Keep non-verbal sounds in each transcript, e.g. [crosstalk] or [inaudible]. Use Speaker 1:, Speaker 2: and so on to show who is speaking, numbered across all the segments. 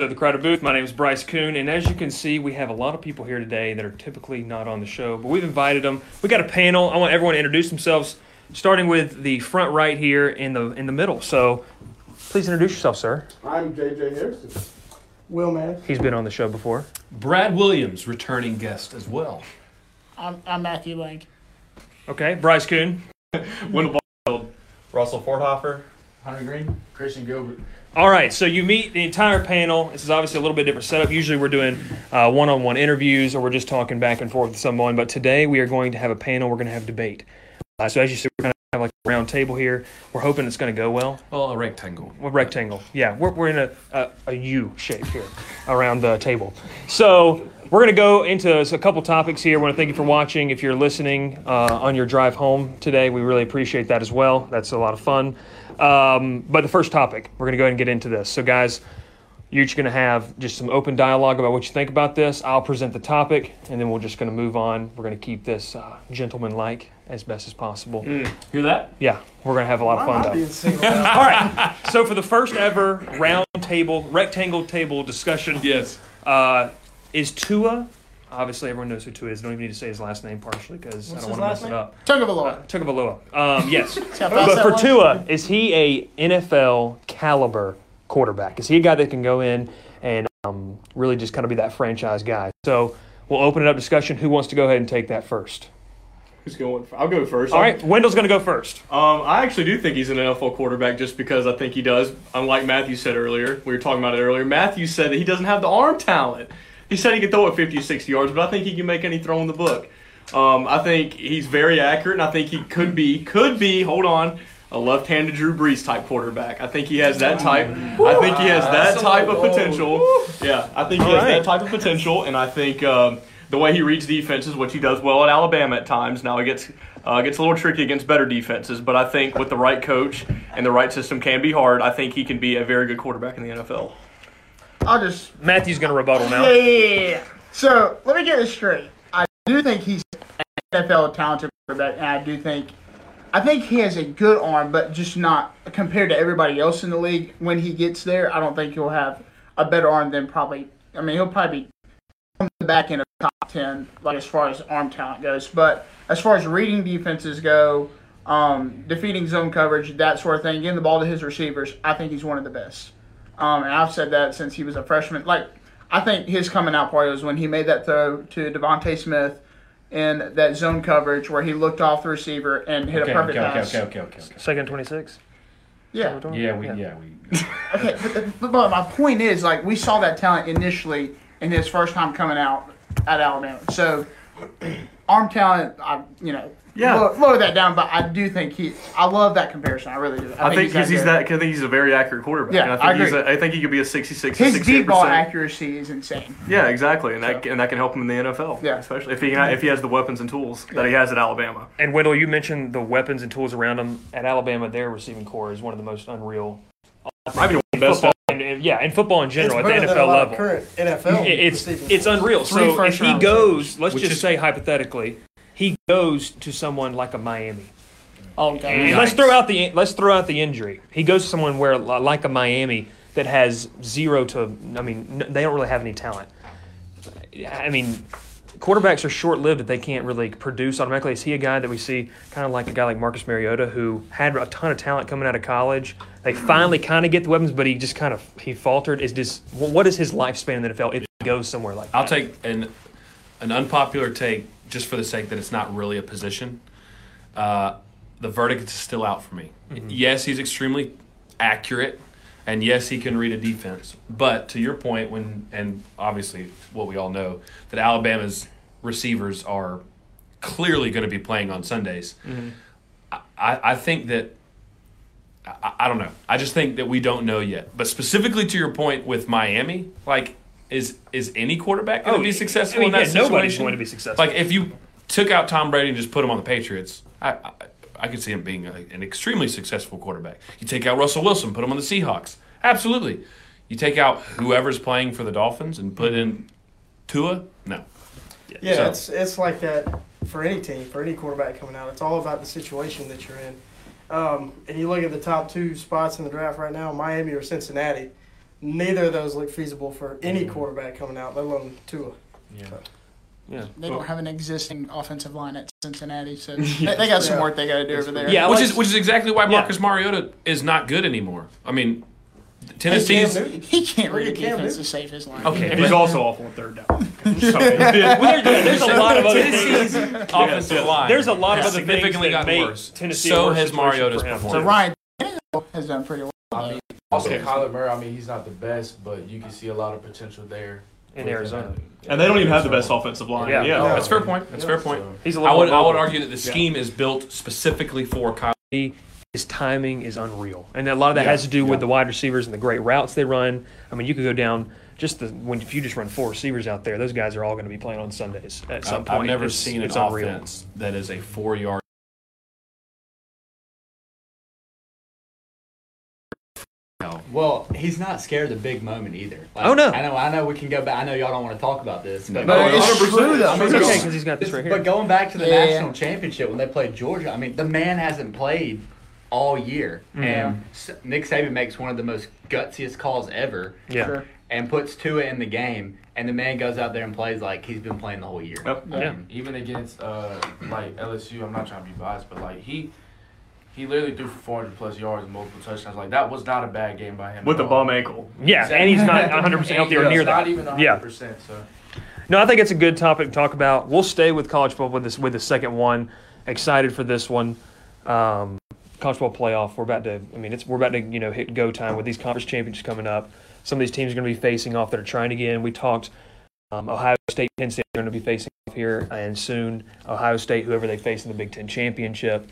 Speaker 1: of the Crowder Booth. My name is Bryce Coon, and as you can see, we have a lot of people here today that are typically not on the show, but we've invited them. We got a panel. I want everyone to introduce themselves, starting with the front right here in the in the middle. So, please introduce yourself, sir.
Speaker 2: I'm JJ Harrison. Will man.
Speaker 1: He's been on the show before.
Speaker 3: Brad Williams, returning guest as well.
Speaker 4: I'm, I'm Matthew Blank.
Speaker 1: Okay, Bryce Coon.
Speaker 3: [laughs] Wendell
Speaker 5: Russell Forthoffer.
Speaker 6: Hunter Green.
Speaker 7: Christian Gilbert.
Speaker 1: All right, so you meet the entire panel. This is obviously a little bit different setup. Usually we're doing one on one interviews or we're just talking back and forth with someone, but today we are going to have a panel. We're going to have debate. Uh, so as you see, we're going to have like a round table here. We're hoping it's going to go well.
Speaker 3: Well, a rectangle.
Speaker 1: A rectangle, yeah. We're, we're in a, a, a U shape here around the table. So we're going to go into a couple topics here. I want to thank you for watching. If you're listening uh, on your drive home today, we really appreciate that as well. That's a lot of fun. Um, but the first topic, we're going to go ahead and get into this. So, guys, you're each going to have just some open dialogue about what you think about this. I'll present the topic, and then we're just going to move on. We're going to keep this uh, gentleman like as best as possible.
Speaker 3: Mm. Hear that?
Speaker 1: Yeah, we're going to have a lot of fun, though. [laughs] All right. So, for the first ever round table, rectangle table discussion,
Speaker 3: Yes.
Speaker 1: uh, is Tua. Obviously, everyone knows who Tua is. Don't even need to say his last name partially because
Speaker 4: What's
Speaker 1: I don't
Speaker 4: his
Speaker 1: want to mess
Speaker 4: last
Speaker 1: it
Speaker 4: name?
Speaker 1: up.
Speaker 4: Tungavaloa.
Speaker 1: Tagovailoa.
Speaker 4: [laughs]
Speaker 1: Um, yes.
Speaker 4: But
Speaker 1: But for Tua, is he a NFL caliber quarterback? Is he a guy that can go in and um, really just kind of be that franchise guy? So we'll open it up discussion. Who wants to go ahead and take that first?
Speaker 5: Who's going? I'll go first.
Speaker 1: All right, Wendell's going to go first.
Speaker 5: Um, I actually do think he's an NFL quarterback just because I think he does. Unlike Matthew said earlier, we were talking about it earlier. Matthew said that he doesn't have the arm talent. He said he could throw it 50, 60 yards, but I think he can make any throw in the book. Um, I think he's very accurate, and I think he could be, could be, hold on, a left-handed Drew Brees type quarterback. I think he has that type. I think he has that type of potential. Yeah, I think he has that type of potential, and I think um, the way he reads defenses, which he does well at Alabama at times. Now it gets uh, gets a little tricky against better defenses, but I think with the right coach and the right system can be hard. I think he can be a very good quarterback in the NFL.
Speaker 4: I'll just.
Speaker 1: Matthew's going to rebuttal
Speaker 4: Yeah,
Speaker 1: now.
Speaker 4: yeah, yeah, yeah. So let me get this straight. I do think he's an NFL talented quarterback, and I do think, I think he has a good arm, but just not compared to everybody else in the league. When he gets there, I don't think he'll have a better arm than probably. I mean, he'll probably be on the back end of top ten, like as far as arm talent goes. But as far as reading defenses go, um, defeating zone coverage, that sort of thing, getting the ball to his receivers, I think he's one of the best. Um, and I've said that since he was a freshman. Like, I think his coming out party was when he made that throw to Devontae Smith in that zone coverage where he looked off the receiver and hit
Speaker 3: Okay,
Speaker 4: a perfect
Speaker 3: okay, okay,
Speaker 4: pass.
Speaker 3: okay, okay, okay, okay.
Speaker 1: Second 26.
Speaker 4: Yeah.
Speaker 3: Yeah, we, yeah, we.
Speaker 4: Okay, but, but- but my point is, like, we saw that talent initially in his first time coming out at Alabama. So, arm talent, I, you know,
Speaker 5: Yeah.
Speaker 4: lower, lower that down. But I do think he, I love that comparison. I really do.
Speaker 5: I think because he's
Speaker 4: good.
Speaker 5: that. I think he's a very accurate quarterback.
Speaker 4: Yeah,
Speaker 5: and I
Speaker 4: I
Speaker 5: think he's
Speaker 4: agree.
Speaker 5: a, I think he could be a 66
Speaker 4: His deep ball
Speaker 5: 68%.
Speaker 4: accuracy is insane.
Speaker 5: Yeah, exactly, and that and that can help him in the NFL.
Speaker 4: Yeah.
Speaker 5: especially if he can, if he has the weapons and tools that he has at Alabama.
Speaker 1: And Wendell, you mentioned the weapons and tools around him. At Alabama, their receiving core is one of the most unreal.
Speaker 5: I mean, best
Speaker 1: Football, and, and- yeah, and football in general
Speaker 6: better
Speaker 1: at the
Speaker 6: than a
Speaker 1: NFL
Speaker 6: lot of
Speaker 1: level.
Speaker 6: current NFL.
Speaker 1: It- it's
Speaker 6: receivers.
Speaker 1: it's unreal.
Speaker 4: Three
Speaker 1: So if
Speaker 4: first
Speaker 1: he
Speaker 4: round
Speaker 1: goes, let's
Speaker 3: Which
Speaker 1: just
Speaker 3: is-
Speaker 1: say hypothetically, he goes to someone like a Miami.
Speaker 4: Oh god.
Speaker 1: And let's throw out the let's throw out the injury. He goes to someone where li- like a Miami that has zero to. I mean, n- they don't really have any talent. I mean, quarterbacks are short lived if they can't really produce automatically. Is he a guy that we see kind of like a guy like Marcus Mariota who had a ton of talent coming out of college? They finally kind of get the weapons, but he just kind of he faltered. Is this wh- what is his lifespan in the NFL if he goes somewhere like?
Speaker 3: I'll take an an unpopular take just for the sake that it's not really a position. Uh, the verdict is still out for me. Yes, he's extremely accurate, and yes, he can read a defense. But to your point, when and obviously what we all know that Alabama's receivers are clearly going to be playing on Sundays. I, I I think that I, I don't know. I just think that we don't know yet. But specifically to your point with Miami, like is is any quarterback going
Speaker 1: Oh,
Speaker 3: to be successful
Speaker 1: I mean,
Speaker 3: in that
Speaker 1: yeah,
Speaker 3: situation?
Speaker 1: nobody's going to be successful.
Speaker 3: Like if you took out Tom Brady and just put him on the Patriots, I I, I could see him being a, an extremely successful quarterback. You take out Russell Wilson, put him on the Seahawks, absolutely. You take out whoever's playing for the Dolphins and put in Tua, no.
Speaker 6: Yeah,
Speaker 3: So-
Speaker 6: it's it's like that for any team, for any quarterback coming out. It's all about the situation that you're in. Um, and you look at the top two spots in the draft right now, Miami or Cincinnati. Neither of those look feasible for any quarterback coming out, let alone Tua.
Speaker 1: Yeah.
Speaker 4: They don't have an existing offensive line at Cincinnati,
Speaker 5: [laughs]
Speaker 4: so they, they got some
Speaker 6: Yeah.
Speaker 4: work they got to do over there.
Speaker 1: Yeah, I
Speaker 3: which
Speaker 1: was-
Speaker 3: is which is exactly why
Speaker 1: Yeah.
Speaker 3: Marcus Mariota is not good anymore. I mean, Tennessee's
Speaker 6: Cam Newton.
Speaker 4: he can't read a
Speaker 6: Look at Cam
Speaker 4: defense
Speaker 6: Newton.
Speaker 4: to save his life.
Speaker 3: okay.
Speaker 5: He's
Speaker 3: but
Speaker 5: also awful on third down.
Speaker 1: [laughs]
Speaker 5: So,
Speaker 1: Well, there- there's a lot of other things. [laughs]
Speaker 3: Tennessee's offensive line.
Speaker 1: There's a lot of
Speaker 3: has
Speaker 1: other things
Speaker 3: significantly
Speaker 1: that
Speaker 3: gotten
Speaker 1: make
Speaker 3: worse.
Speaker 1: Tennessee. a
Speaker 3: So
Speaker 1: worse
Speaker 3: has
Speaker 1: situation
Speaker 3: Mariota's
Speaker 1: for him.
Speaker 4: So
Speaker 3: performance.
Speaker 4: Ryan Tannehill has done pretty well.
Speaker 7: Also,
Speaker 5: Okay.
Speaker 7: Kyler Murray. I mean, he's not the best, but you can see a lot of potential there
Speaker 1: In
Speaker 7: with
Speaker 1: Arizona.
Speaker 7: him.
Speaker 5: and they don't even have the best offensive line.
Speaker 1: Yeah.
Speaker 5: Yeah,
Speaker 1: No.
Speaker 3: That's fair point. That's fair point.
Speaker 7: So,
Speaker 1: He's a
Speaker 3: I
Speaker 1: little
Speaker 3: would I would
Speaker 1: mobile.
Speaker 3: argue that the scheme is built specifically for Kyle.
Speaker 1: he- his timing is unreal, and a lot of that has to do with the wide receivers and the great routes they run. I mean, you could go down just the when if you just run four receivers out there, those guys are all going to be playing on Sundays at some
Speaker 3: I've,
Speaker 1: point.
Speaker 3: I've never
Speaker 1: It's-
Speaker 3: seen an
Speaker 1: it's unreal.
Speaker 3: offense that is a four yard.
Speaker 8: Well, he's not scared of the big moment either. Like,
Speaker 1: Oh, no.
Speaker 8: I know, I know. We can go back. I know y'all don't want to talk about this, but
Speaker 4: But
Speaker 5: it's
Speaker 4: it's true, though.
Speaker 1: It's okay because he's got this right
Speaker 8: but
Speaker 1: here.
Speaker 8: going back to the
Speaker 4: Yeah.
Speaker 8: national championship when they played Georgia, I mean, the man hasn't played all year,
Speaker 1: Mm-hmm.
Speaker 8: and S- Nick Saban makes one of the most gutsiest calls ever.
Speaker 1: Yeah.
Speaker 4: Sure.
Speaker 8: And puts Tua in the game, and the man goes out there and plays like he's been playing the whole year.
Speaker 5: Yep.
Speaker 1: Yeah.
Speaker 7: Even against uh, like LSU, I'm not trying to be biased, but like he he literally threw for 400 plus yards and multiple touchdowns. Like that was not a bad game by him.
Speaker 5: With
Speaker 7: at
Speaker 5: a
Speaker 7: all.
Speaker 5: bum ankle.
Speaker 1: Yeah, and he's not 100
Speaker 7: And
Speaker 1: percent healthy or
Speaker 7: he's
Speaker 1: near that.
Speaker 7: Not even 100.
Speaker 1: Yeah.
Speaker 7: percent So
Speaker 1: No, I think it's a good topic to talk about. We'll stay with college football with this with the second one. Excited for this one. Um, college football playoff. We're about to. I mean, it's we're about to you know hit go time with these conference championships coming up. Some of these teams are going to be facing off that are trying to get in. We talked. Um, Ohio State, Penn State are going to be facing off here, and soon Ohio State, whoever they face in the Big Ten championship.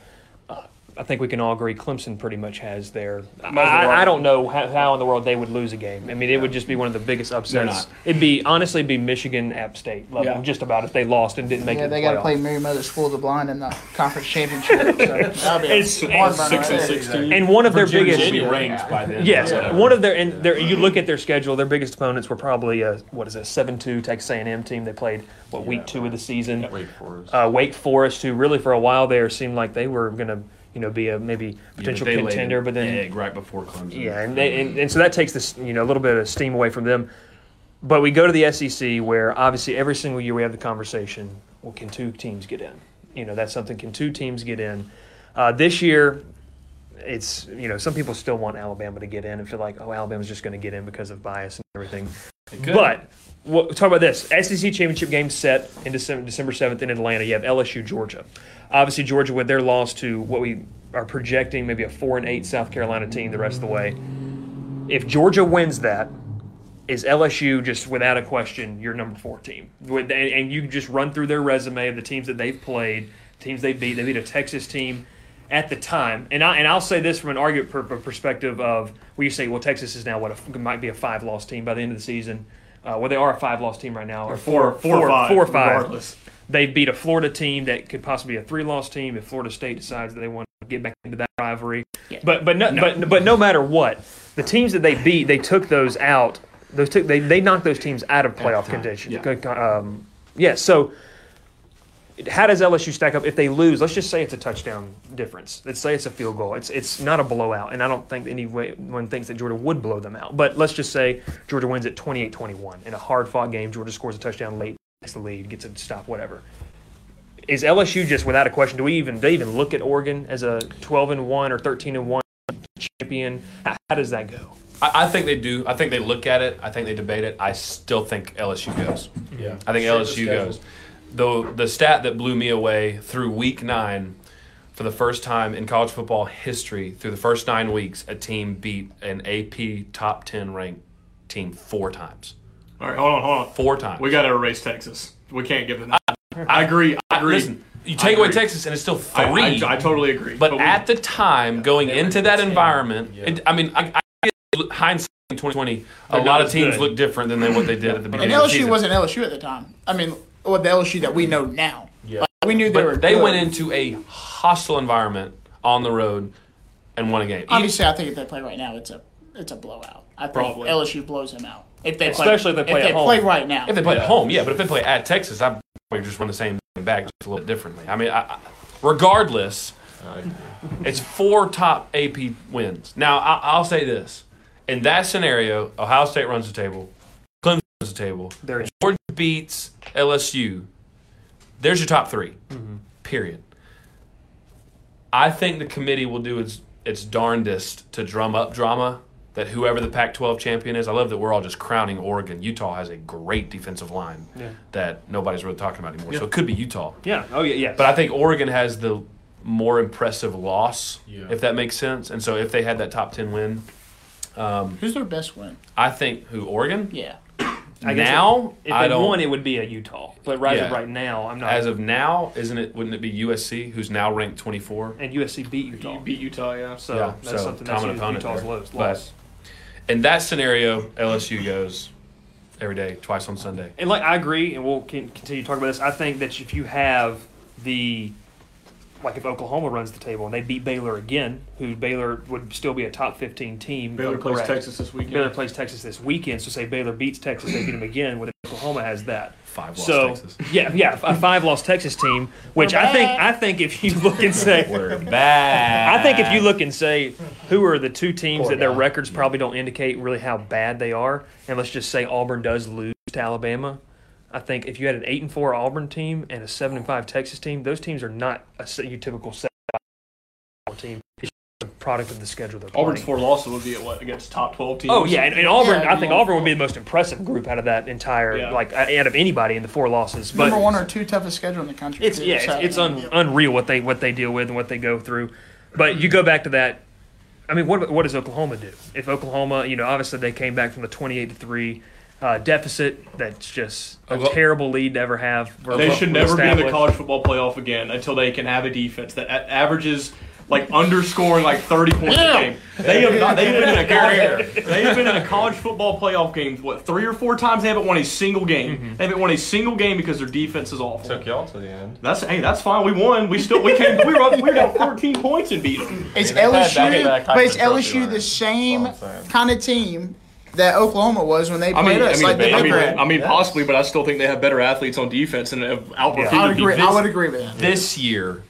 Speaker 1: Uh, I think we can all agree Clemson pretty much has their. I, I- I don't know how, how in the world they would lose a game. I mean, it would just be one of the biggest upsets.
Speaker 3: not.
Speaker 1: It'd be honestly it'd be Michigan App State level,
Speaker 5: Yeah.
Speaker 1: just about if they lost and didn't make
Speaker 4: Yeah,
Speaker 1: it.
Speaker 4: they got to
Speaker 1: [laughs]
Speaker 4: play Mary Mother School of the Blind in the conference championship. So that'll be a
Speaker 1: It's-
Speaker 4: hard
Speaker 1: it's
Speaker 4: run right
Speaker 5: Six and
Speaker 4: there.
Speaker 5: sixteen.
Speaker 1: And one of their
Speaker 3: Virginia's
Speaker 1: biggest.
Speaker 3: be ranked by then.
Speaker 1: Yes,
Speaker 3: whatever.
Speaker 1: one of their and their, you look at their schedule. Their biggest opponents were probably a, what is a seven-two Texas A&M team. They played what week two of the season.
Speaker 7: wait for us.
Speaker 1: uh, Wake Forest, who really for a while there seemed like they were going to, you know, be a maybe potential
Speaker 3: they laid
Speaker 1: contender,
Speaker 3: an
Speaker 1: but then
Speaker 3: egg right before Clemson.
Speaker 1: yeah, and, they, and and so that takes this you know a little bit of steam away from them. But we go to the SEC, where obviously every single year we have the conversation: Well, can two teams get in? You know, that's something. Can two teams get in? Uh, this year, it's you know some people still want Alabama to get in and feel like oh Alabama's just going to get in because of bias and everything. But well, talk about this SEC championship game set in December, December 7th in Atlanta. You have LSU, Georgia. Obviously, Georgia with their loss to what we are projecting maybe a four and eight South Carolina team the rest of the way. If Georgia wins that, is LSU just without a question your number four team? With, and, and you can just run through their resume of the teams that they've played, teams they beat. They beat a Texas team at the time, and I and I'll say this from an argument per, per- perspective of where you say, well, Texas is now what a, might be a five loss team by the end of the season. Uh, well, they are a five loss team right now, or
Speaker 5: Four, four, or five.
Speaker 1: four or five.
Speaker 5: Regardless.
Speaker 1: They beat a Florida team that could possibly be a three loss team if Florida State decides that they want to get back into that rivalry. But but no, but but no matter what, the teams that they beat, they took those out. Those took they they knocked those teams out of playoff condition. Yeah. Um, yeah. So how does LSU stack up if they lose? Let's just say it's a touchdown difference. Let's say it's a field goal. It's it's not a blowout, and I don't think anyone thinks that Georgia would blow them out. But let's just say Georgia wins at 28-21 in a hard-fought game. Georgia scores a touchdown late, takes the lead, gets a stop, whatever. Is LSU just without a question? Do we even do they even look at Oregon as a twelve and one or thirteen and one champion? How, how does that go?
Speaker 3: I, I think they do. I think they look at it. I think they debate it. I still think LSU goes.
Speaker 7: Yeah.
Speaker 3: I think
Speaker 7: Sure, the
Speaker 3: LSU
Speaker 7: schedule.
Speaker 3: goes. Though the stat that blew me away through week nine, for the first time in college football history, through the first nine weeks, a team beat an AP top ten ranked team four times.
Speaker 5: All right, hold on, hold on.
Speaker 3: Four times.
Speaker 5: We got to erase Texas. We can't give them that. I, agree. I
Speaker 3: I-
Speaker 5: agree.
Speaker 3: Listen, you take away
Speaker 5: agree.
Speaker 3: Texas, and it's still three.
Speaker 5: I, I, I totally agree.
Speaker 3: But
Speaker 5: we-
Speaker 3: at the time, going
Speaker 7: they
Speaker 3: into
Speaker 7: were
Speaker 3: that
Speaker 7: ten.
Speaker 3: environment,
Speaker 7: Yeah.
Speaker 3: and, I mean, I, I get hindsight in 2020, a
Speaker 5: They're
Speaker 3: lot
Speaker 5: not
Speaker 3: of
Speaker 5: as
Speaker 3: teams
Speaker 5: good.
Speaker 3: look different than they, what they did at the
Speaker 4: And
Speaker 3: beginning of the
Speaker 4: LSU
Speaker 3: season.
Speaker 4: wasn't LSU at the time. I mean, well, the LSU that we know now.
Speaker 7: Yeah.
Speaker 4: Like, we knew they were.
Speaker 3: but they
Speaker 4: good.
Speaker 3: went into a hostile environment on the road and won a game. Even-
Speaker 4: Obviously, I think if they play right now, it's a it's a blowout. I think
Speaker 5: Probably.
Speaker 4: LSU blows them out if they
Speaker 1: Especially if
Speaker 4: play,
Speaker 1: they play
Speaker 4: if
Speaker 1: at
Speaker 4: they
Speaker 1: home.
Speaker 4: play right now.
Speaker 3: if they play at home, yeah, but if they play at Texas, I probably just run the same thing back just a little bit differently. I mean, I, I- regardless, it's four top AP wins. Now, I, I'll say this In that scenario, Ohio State runs the table, Clemson runs the table,
Speaker 1: They're in.
Speaker 3: Georgia beats LSU. There's your top 3
Speaker 1: Mm-hmm.
Speaker 3: Period. I think the committee will do its its darndest to drum up drama that whoever the Pac-12 champion is. I love that we're all just crowning Oregon. Utah has a great defensive line
Speaker 1: Yeah.
Speaker 3: that nobody's really talking about anymore. So it could be Utah.
Speaker 1: Yeah. Oh yeah. Yeah.
Speaker 3: But I think Oregon has the more impressive loss,
Speaker 7: Yeah.
Speaker 3: if that makes sense. And so if they had that top ten win, um,
Speaker 4: Who's their best win?
Speaker 3: I think who Oregon
Speaker 4: Yeah.
Speaker 1: I guess
Speaker 3: now
Speaker 1: if
Speaker 3: I
Speaker 1: they
Speaker 3: don't.
Speaker 1: won, it would be a Utah. But right
Speaker 3: Yeah.
Speaker 1: right now, I'm not.
Speaker 3: as of now, isn't it? Wouldn't it be USC who's now ranked twenty four?
Speaker 1: and USC beat Utah.
Speaker 5: You beat Utah, yeah.
Speaker 1: so
Speaker 3: yeah,
Speaker 1: that's
Speaker 3: so
Speaker 1: something that's
Speaker 3: common opponent
Speaker 1: Utah's
Speaker 3: there.
Speaker 1: lowest
Speaker 3: But-
Speaker 1: loss.
Speaker 3: In that scenario, LSU goes every day, twice on Sunday.
Speaker 1: And like I agree, and we'll can continue talking about this. I think that if you have the like if Oklahoma runs the table and they beat Baylor again, who Baylor would still be a top fifteen team. if
Speaker 5: Baylor
Speaker 1: I'm
Speaker 5: plays
Speaker 1: correct.
Speaker 5: Texas this weekend.
Speaker 1: Baylor plays Texas this weekend, so say Baylor beats Texas, they beat them again. When Oklahoma has that,
Speaker 3: Five lost
Speaker 1: so
Speaker 3: Texas.
Speaker 1: yeah, yeah, a five-loss Texas team, which I think I think if you look and say
Speaker 3: We're bad.
Speaker 1: I think if you look and say who are the two teams that their records probably don't indicate really how bad they are, and let's just say Auburn does lose to Alabama, I think if you had an eight and four Auburn team and a seven and five Texas team, those teams are not a s- your typical seven and five team. It's just a product of the schedule they're
Speaker 5: Auburn's
Speaker 1: playing.
Speaker 5: four losses would be at what against top twelve teams.
Speaker 1: Oh yeah, and, and Auburn.
Speaker 4: Yeah,
Speaker 1: I think
Speaker 4: yeah.
Speaker 1: Auburn would be the most impressive group out of that entire,
Speaker 5: Yeah.
Speaker 1: like uh, out of anybody in the four losses. But
Speaker 4: Number one or two toughest schedule in the country.
Speaker 1: it's
Speaker 4: too,
Speaker 1: yeah, it's,
Speaker 4: so-
Speaker 1: it's un, unreal what they what they deal with and what they go through. But you go back to that. I mean, what what does Oklahoma do? If Oklahoma, you know, obviously they came back from the twenty eight to three uh, deficit. That's just a
Speaker 3: Oklahoma-
Speaker 1: terrible lead to ever have.
Speaker 5: They should never be in the
Speaker 1: established.
Speaker 5: college football playoff again until they can have a defense that a- averages like underscoring like 30 points a game. They have not. They've been in
Speaker 1: [laughs]
Speaker 5: a college, they have been in a college football playoff game what three or four times. They haven't won a single game.
Speaker 1: Mm-hmm.
Speaker 5: They haven't won a single game because their defense is awful.
Speaker 9: Took y'all to the end.
Speaker 5: That's hey, that's fine. We won. We still we came. We were up. We were down 14 points and beat them.
Speaker 4: It's
Speaker 9: they've had
Speaker 4: LSU,
Speaker 9: back-to-back
Speaker 4: but it's
Speaker 9: Heisman trophy
Speaker 4: LSU the
Speaker 9: winners.
Speaker 4: same
Speaker 9: That's all I'm saying.
Speaker 4: kind of team that Oklahoma was when they
Speaker 5: I
Speaker 4: played
Speaker 5: mean, I
Speaker 4: us.
Speaker 5: mean,
Speaker 4: like the
Speaker 5: I mean,
Speaker 4: Big Red.
Speaker 5: I mean, possibly, but I still think they have better athletes on defense and have outperformed.
Speaker 4: I would
Speaker 5: the
Speaker 4: agree. I
Speaker 5: defense.
Speaker 4: would agree with that.
Speaker 3: this year,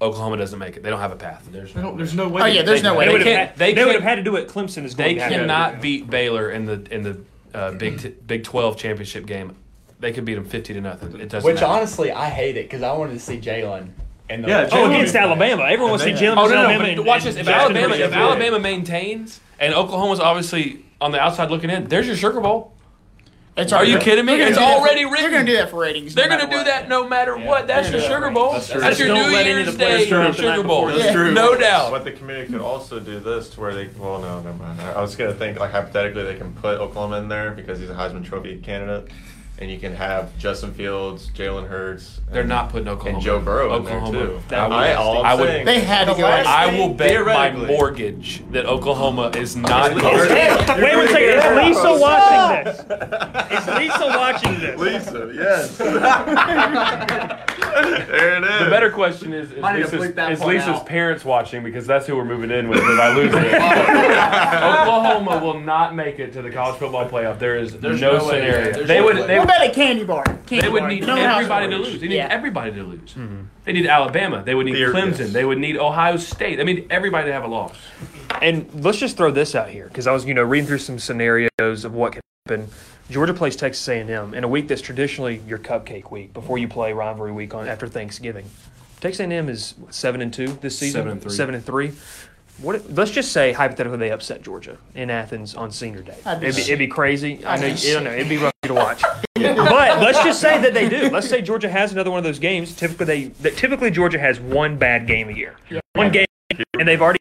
Speaker 3: Oklahoma doesn't make it. They don't have a path.
Speaker 5: They don't- There's no way.
Speaker 4: Oh
Speaker 5: they-
Speaker 4: yeah, there's no
Speaker 1: They
Speaker 3: They
Speaker 1: would
Speaker 4: way.
Speaker 1: have
Speaker 3: can't-
Speaker 1: had,
Speaker 3: they
Speaker 1: they
Speaker 3: can't-
Speaker 1: would have had to do it. Clemson is
Speaker 3: They
Speaker 1: going to have to.
Speaker 3: cannot beat Baylor in the in the uh, Big t- Big Twelve championship game. They could beat them fifty to nothing. It doesn't.
Speaker 8: Which
Speaker 3: matter.
Speaker 8: honestly, I hate it because I wanted to see Jalen. And
Speaker 5: Yeah,
Speaker 1: Oh,
Speaker 5: Jalen-
Speaker 1: against Alabama, everyone wants to see Jalen
Speaker 3: Oh
Speaker 1: versus
Speaker 3: no, no,
Speaker 1: Alabama.
Speaker 3: but
Speaker 1: and-
Speaker 3: watch
Speaker 1: and
Speaker 3: this. If
Speaker 1: Jackson
Speaker 3: Alabama,
Speaker 1: versus
Speaker 3: if
Speaker 1: Alabama.
Speaker 3: Alabama maintains, and Oklahoma's obviously on the outside looking in, there's your Sugar Bowl.
Speaker 4: It's
Speaker 3: Are
Speaker 4: already-
Speaker 3: you kidding me?
Speaker 4: They're gonna
Speaker 3: It's
Speaker 4: do that for-
Speaker 3: already
Speaker 4: They're
Speaker 3: written.
Speaker 4: gonna do that for ratings. no
Speaker 3: They're gonna
Speaker 4: matter
Speaker 3: do
Speaker 4: what.
Speaker 3: that no matter what. That's your Sugar Bowl. That's,
Speaker 9: true.
Speaker 3: your
Speaker 1: Don't
Speaker 3: New
Speaker 1: let any of
Speaker 3: Year's
Speaker 1: the players
Speaker 3: Day
Speaker 1: turn up the
Speaker 3: Sugar
Speaker 1: night
Speaker 3: Bowl.
Speaker 5: before. That's true.
Speaker 3: No doubt.
Speaker 9: But the committee could also do this to where they, well, no, never mind. I I was going to think, like, hypothetically, they can put Oklahoma in there because he's a Heisman Trophy candidate. And you can have Justin Fields, Jalen Hurts.
Speaker 3: They're
Speaker 9: and-
Speaker 3: not putting Oklahoma.
Speaker 9: And Joe Burrow in there,
Speaker 3: Oklahoma.
Speaker 9: too.
Speaker 3: I would-
Speaker 9: I, all I'm
Speaker 3: I would-
Speaker 9: saying-
Speaker 4: They had to
Speaker 9: The
Speaker 4: go
Speaker 9: last
Speaker 4: out.
Speaker 3: I
Speaker 9: thing,
Speaker 3: will bet my
Speaker 9: theoretically-
Speaker 3: mortgage that Oklahoma is not. They're
Speaker 1: Hey, Wait a second. Is Lisa watching this? Is
Speaker 9: [laughs]
Speaker 1: Lisa watching this?
Speaker 9: Lisa, yes. there it is.
Speaker 10: The better question is, is
Speaker 8: Might need to
Speaker 10: Lisa's,
Speaker 8: bleep that
Speaker 10: is
Speaker 8: part
Speaker 10: Lisa's
Speaker 8: out.
Speaker 10: parents watching? Because that's who we're moving in with if I lose it. Oklahoma will not make it to the college football playoff. There is
Speaker 7: There's
Speaker 10: no,
Speaker 7: no way.
Speaker 10: scenario.
Speaker 7: There's
Speaker 10: they
Speaker 7: no
Speaker 10: would.
Speaker 7: way.
Speaker 10: They,
Speaker 4: What about a candy bar? Candy
Speaker 3: They would
Speaker 4: bar.
Speaker 3: need
Speaker 4: No house
Speaker 3: everybody to
Speaker 4: rules.
Speaker 3: lose. They need
Speaker 4: Yeah.
Speaker 3: everybody to lose. They need Alabama. They would need
Speaker 9: There it
Speaker 3: Clemson.
Speaker 9: is.
Speaker 3: They would need Ohio State. I mean, everybody to have a loss.
Speaker 1: and let's just throw this out here because I was, you know, reading through some scenarios of what could happen. Georgia plays Texas A&M in a week that's traditionally your cupcake week before you play rivalry week on after Thanksgiving. Texas A&M is what, seven and two this season.
Speaker 3: Seven and three.
Speaker 1: Seven and three. What? if- Let's just say hypothetically they upset Georgia in Athens on Senior Day.
Speaker 4: I'd be
Speaker 1: it'd, be,
Speaker 4: sick.
Speaker 1: it'd be crazy. I
Speaker 4: I'd
Speaker 1: know.
Speaker 4: be
Speaker 1: You don't know. It'd be rough
Speaker 4: [laughs]
Speaker 1: to watch. But let's just say that they do. Let's say Georgia has another one of those games. Typically, they that typically Georgia has one bad game a year. One game, and they've already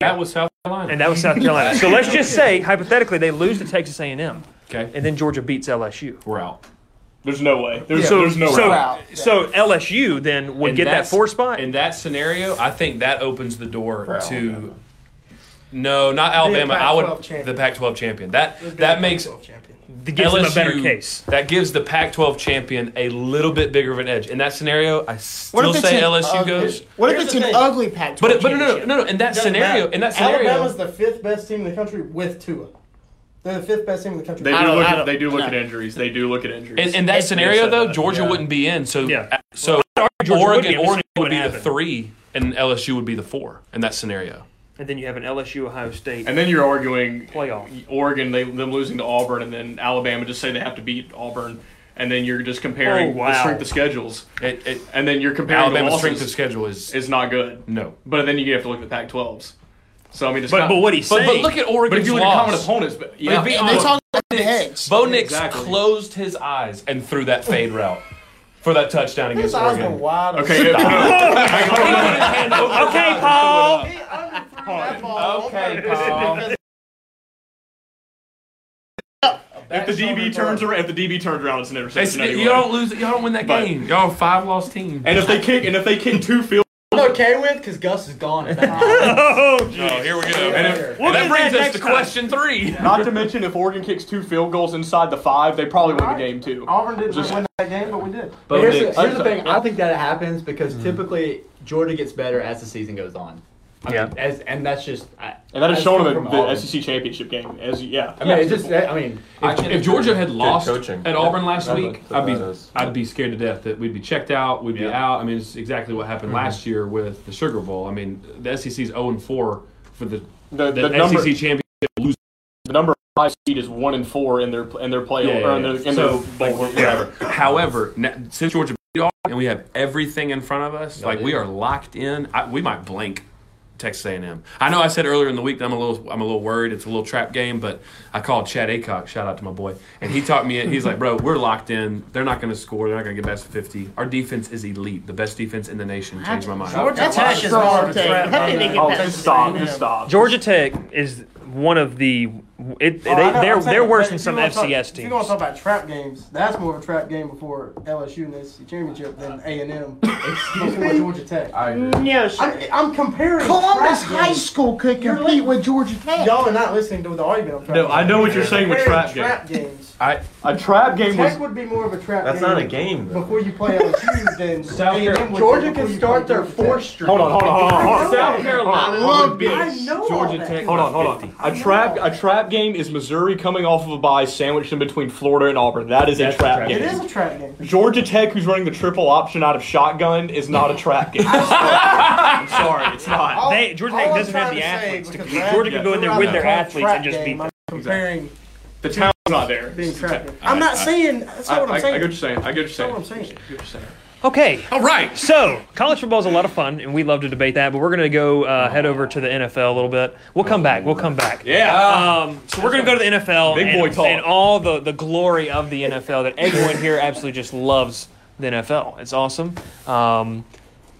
Speaker 3: That was South Carolina.
Speaker 1: and that was South Carolina. So let's
Speaker 4: [laughs]
Speaker 1: just say, hypothetically, they lose to Texas A&M,
Speaker 3: Okay,
Speaker 1: and then Georgia beats LSU.
Speaker 3: we're out.
Speaker 5: There's no way. There's,
Speaker 1: So,
Speaker 5: there's no
Speaker 1: so,
Speaker 5: way.
Speaker 4: route.
Speaker 1: so LSU then would
Speaker 3: And
Speaker 1: get that
Speaker 3: that's-
Speaker 1: four spot.
Speaker 3: In that scenario, I think that opens the door to.
Speaker 9: Alabama.
Speaker 3: No, not Alabama. I
Speaker 6: Pac-12
Speaker 3: would
Speaker 6: champion.
Speaker 3: the Pac-12 champion. That that makes
Speaker 6: Champion.
Speaker 1: That gives them a better case.
Speaker 3: That gives the Pac-12 champion a little bit bigger of an edge. In that scenario, I
Speaker 4: What
Speaker 3: still
Speaker 4: if it's
Speaker 3: say
Speaker 4: an
Speaker 2: uh,
Speaker 3: LSU
Speaker 4: ugly-
Speaker 3: goes.
Speaker 4: What if
Speaker 2: Here's
Speaker 4: it's
Speaker 2: the
Speaker 4: an
Speaker 2: thing.
Speaker 4: ugly pack?
Speaker 3: But it, but no no no no no. In that
Speaker 2: Doesn't
Speaker 3: scenario,
Speaker 2: matter.
Speaker 3: in that scenario,
Speaker 2: Alabama's the fifth best team in the country with Tua. They're the fifth best team in the country.
Speaker 5: They do,
Speaker 4: I don't-
Speaker 5: look
Speaker 4: I
Speaker 5: at,
Speaker 4: don't-
Speaker 5: they do look
Speaker 4: no.
Speaker 5: at injuries. They do look at injuries.
Speaker 3: in, in that scenario
Speaker 5: said
Speaker 3: though,
Speaker 5: that,
Speaker 3: Georgia
Speaker 5: yeah.
Speaker 3: wouldn't be in. So uh,
Speaker 1: Yeah.
Speaker 3: so
Speaker 1: Georgia would
Speaker 3: Oregon
Speaker 1: be in, we'll see
Speaker 3: Oregon
Speaker 1: what
Speaker 3: would be the
Speaker 1: happens.
Speaker 3: three, and LSU would be the four in that scenario.
Speaker 1: and then you have an LSU Ohio State.
Speaker 5: And then you're arguing
Speaker 1: playoff.
Speaker 5: Oregon, they, them losing to Auburn, and then Alabama just say they have to beat Auburn, and then you're just comparing
Speaker 3: Oh, wow.
Speaker 5: the strength of schedules.
Speaker 3: It, it,
Speaker 5: and then you're comparing
Speaker 3: Alabama's
Speaker 5: the losses,
Speaker 3: strength of schedule is
Speaker 5: is not good.
Speaker 3: No.
Speaker 5: but then you have to look at the Pac-12s. So I mean, it's
Speaker 3: But-
Speaker 5: not-
Speaker 3: but what he's saying- But if you
Speaker 5: But if you
Speaker 3: look
Speaker 5: look
Speaker 3: at
Speaker 5: at
Speaker 3: common
Speaker 5: common opponents, but
Speaker 3: yeah. They talk Bo Nix
Speaker 5: Exactly.
Speaker 3: closed his eyes and threw that fade route for that touchdown against
Speaker 2: eyes were
Speaker 3: Oregon.
Speaker 2: wide open.
Speaker 5: [laughs]
Speaker 3: Okay,
Speaker 1: okay,
Speaker 8: [laughs]
Speaker 1: Paul.
Speaker 3: [laughs]
Speaker 7: Okay, Paul.
Speaker 5: If the DB turns around, if the DB turns around, it's an
Speaker 3: It's-
Speaker 5: interception.
Speaker 3: you
Speaker 5: anyway.
Speaker 3: don't lose. You don't win that
Speaker 5: But-
Speaker 3: game. Y'all a five loss team.
Speaker 5: And if they kick, and if they kick two field,
Speaker 8: I'm okay with because Gus is gone. At that
Speaker 1: oh,
Speaker 3: here we go.
Speaker 5: And,
Speaker 3: if- and that brings us to question three.
Speaker 5: [laughs] Not to mention, if Oregon kicks two field goals inside the five, they probably win the game too.
Speaker 6: Auburn didn't
Speaker 5: Just-
Speaker 6: win that game, but we did.
Speaker 8: But here's, the,
Speaker 5: Nick-
Speaker 8: here's the thing. I think that happens because
Speaker 5: Mm-hmm.
Speaker 8: typically Georgia gets better as the season goes on. I
Speaker 1: Yeah.
Speaker 8: mean, as, and that's just. I,
Speaker 5: And that is
Speaker 8: that's
Speaker 5: shown in
Speaker 8: from
Speaker 5: the,
Speaker 8: Auburn.
Speaker 5: the SEC championship game. As yeah,
Speaker 8: I mean, it's just. I mean,
Speaker 3: I-
Speaker 8: if-
Speaker 3: if Georgia had lost
Speaker 9: coaching.
Speaker 3: at Auburn last
Speaker 9: That-
Speaker 3: week,
Speaker 9: that
Speaker 3: I'd be
Speaker 9: is-
Speaker 3: I'd be scared to death that we'd be checked out, we'd be
Speaker 10: Yeah.
Speaker 3: out. I mean, it's exactly what happened last year with the Sugar Bowl. I mean, the SEC's 0 and 4 for the, the
Speaker 5: the,
Speaker 3: E
Speaker 5: the number
Speaker 3: SEC championship lose.
Speaker 5: the number five seed is one and four in their in their play
Speaker 3: Yeah, yeah,
Speaker 5: or in
Speaker 3: yeah.
Speaker 5: their, in
Speaker 3: So,
Speaker 5: their
Speaker 3: like,
Speaker 5: bowl,
Speaker 3: yeah.
Speaker 5: whatever.
Speaker 3: However, na- since Georgia beat Auburn and we have everything in front of us, like we are locked in. I, we might blank Texas A&M. I know I said earlier in the week that I'm a little I'm a little worried. It's a little trap game, but I called Chad Acock. Shout out to my boy, and he taught me. it. He's like, bro, we're locked in. They're not going to score. They're not going to get past 50. Our defense is elite. The best defense in the nation. Changed my mind.
Speaker 4: That's Tech is more of a threat. How did they get
Speaker 5: Oh,
Speaker 4: past
Speaker 5: just stop, just stop.
Speaker 1: Georgia Tech is one of the. It, they,
Speaker 2: Oh, I know,
Speaker 1: they're
Speaker 2: I'm saying,
Speaker 1: they're
Speaker 2: but
Speaker 1: worse
Speaker 2: if
Speaker 1: than
Speaker 2: you
Speaker 1: some
Speaker 2: wanna
Speaker 1: FCS
Speaker 2: talk-
Speaker 1: teams.
Speaker 2: If you want to talk about trap games, that's more of a trap game before LSU and the SEC championship than A
Speaker 1: [laughs]
Speaker 2: and M before Georgia Tech.
Speaker 7: I agree.
Speaker 4: No, sir.
Speaker 2: I'm, I'm comparing.
Speaker 4: Columbus
Speaker 2: trap
Speaker 4: High
Speaker 2: games.
Speaker 4: School could
Speaker 2: You're
Speaker 4: compete
Speaker 2: like-
Speaker 4: with Georgia Tech.
Speaker 2: Y'all are not listening to the argument. I'm trying
Speaker 5: No,
Speaker 2: to
Speaker 5: I know what you're saying with
Speaker 2: Comparing
Speaker 5: trap game.
Speaker 2: games.
Speaker 3: I
Speaker 5: A trap game was
Speaker 2: Tech would be more of a trap.
Speaker 9: That's
Speaker 2: game
Speaker 9: not a game. Though.
Speaker 2: Before you play
Speaker 5: [laughs]
Speaker 2: LSU, then
Speaker 6: South
Speaker 2: A&M
Speaker 6: Carolina-
Speaker 2: would be
Speaker 6: Georgia
Speaker 2: before
Speaker 6: can
Speaker 2: you
Speaker 6: start
Speaker 2: play
Speaker 6: their
Speaker 2: Georgia
Speaker 6: fourth
Speaker 2: Tech.
Speaker 6: string.
Speaker 5: Hold on, hold on, hold on, hold on.
Speaker 2: South
Speaker 5: Carolina.
Speaker 4: love this.
Speaker 2: I know all
Speaker 3: Georgia
Speaker 2: that.
Speaker 3: Tech.
Speaker 5: Hold on, hold on. A trap a trap game is Missouri coming off of a bye sandwiched in between Florida and Auburn. That is a trap
Speaker 2: It
Speaker 5: game.
Speaker 2: is a trap game.
Speaker 5: Georgia Tech, who's running the triple option out of shotgun, is not a
Speaker 2: [laughs]
Speaker 5: trap game. I'm sorry, it's not.
Speaker 1: They, Georgia Tech
Speaker 2: All I'm
Speaker 1: doesn't have
Speaker 2: trying
Speaker 1: the
Speaker 2: to say,
Speaker 1: athletes to
Speaker 2: because
Speaker 1: compete.
Speaker 2: Brad-
Speaker 1: Georgia can go in there with their
Speaker 2: Trap
Speaker 1: athletes and just
Speaker 2: game,
Speaker 1: beat them.
Speaker 2: I'm comparing
Speaker 5: The town's not there.
Speaker 2: being trapped.
Speaker 5: I,
Speaker 2: I'm not saying. That's
Speaker 5: I,
Speaker 2: not what I'm
Speaker 5: I get
Speaker 2: saying.
Speaker 5: what you're saying. I get what you're saying.
Speaker 2: That's not what I'm saying.
Speaker 5: I get what you're saying.
Speaker 1: Okay,
Speaker 3: all right.
Speaker 1: so college football is a lot of fun, and we love to debate that. But we're gonna go uh, head over to the NFL a little bit. We'll come back. We'll come back.
Speaker 5: Yeah.
Speaker 1: Um, so we're gonna go to the NFL
Speaker 5: Big
Speaker 1: and,
Speaker 5: boy talk.
Speaker 1: and all the, the glory of the NFL that everyone here absolutely just loves the NFL. It's awesome. Um,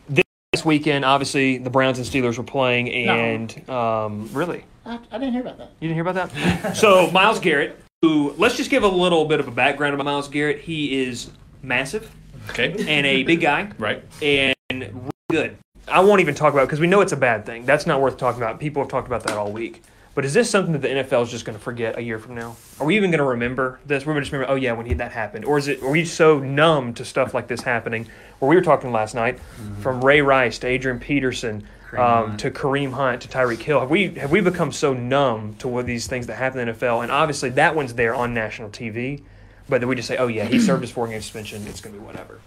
Speaker 1: this weekend, obviously, the Browns and Steelers were playing, and um, really,
Speaker 4: I, I didn't hear about that.
Speaker 1: you didn't hear about that. so Miles Garrett, who let's just give a little bit of a background about Miles Garrett. He is massive
Speaker 3: Okay.
Speaker 1: and a big guy
Speaker 3: Right.
Speaker 1: and really good. I won't even talk about it because we know it's a bad thing. That's not worth talking about. People have talked about that all week. But is this something that the NFL is just going to forget a year from now? Are we even going to remember this? We're going to just remember, oh yeah, when he, that happened, or is it? Are we so numb to stuff like this happening? Where we were talking last night, from Ray Rice to Adrian Peterson um, to Kareem Hunt to Tyreek Hill, have we have we become so numb to what these things that happen in the NFL? And obviously, that one's there on national TV, but then we just say, oh yeah, he served his four game suspension. It's going to be whatever.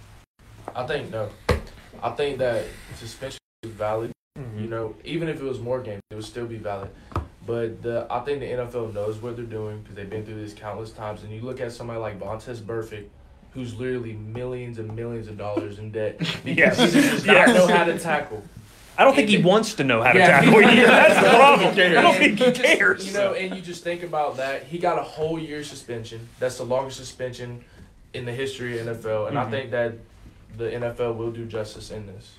Speaker 7: I think no. I think that suspension is valid. You know, even if it was more games, it would still be valid. But the, I think the NFL knows what they're doing because they've been through this countless times. And you look at somebody like Vontaze Burfict, who's literally millions and millions of dollars in
Speaker 1: [laughs]
Speaker 7: debt because he does not
Speaker 1: Yes.
Speaker 7: know how to tackle.
Speaker 1: I don't think he wants to know how to
Speaker 7: Yeah. [laughs]
Speaker 1: tackle [laughs] either. That's the problem.
Speaker 7: cares.
Speaker 1: I don't think he
Speaker 7: You just-
Speaker 1: cares.
Speaker 7: You know, and you just think about that. He got a whole year suspension. That's the longest suspension in the history of NFL.
Speaker 1: Mm-hmm.
Speaker 7: And I think that the NFL will do justice in this.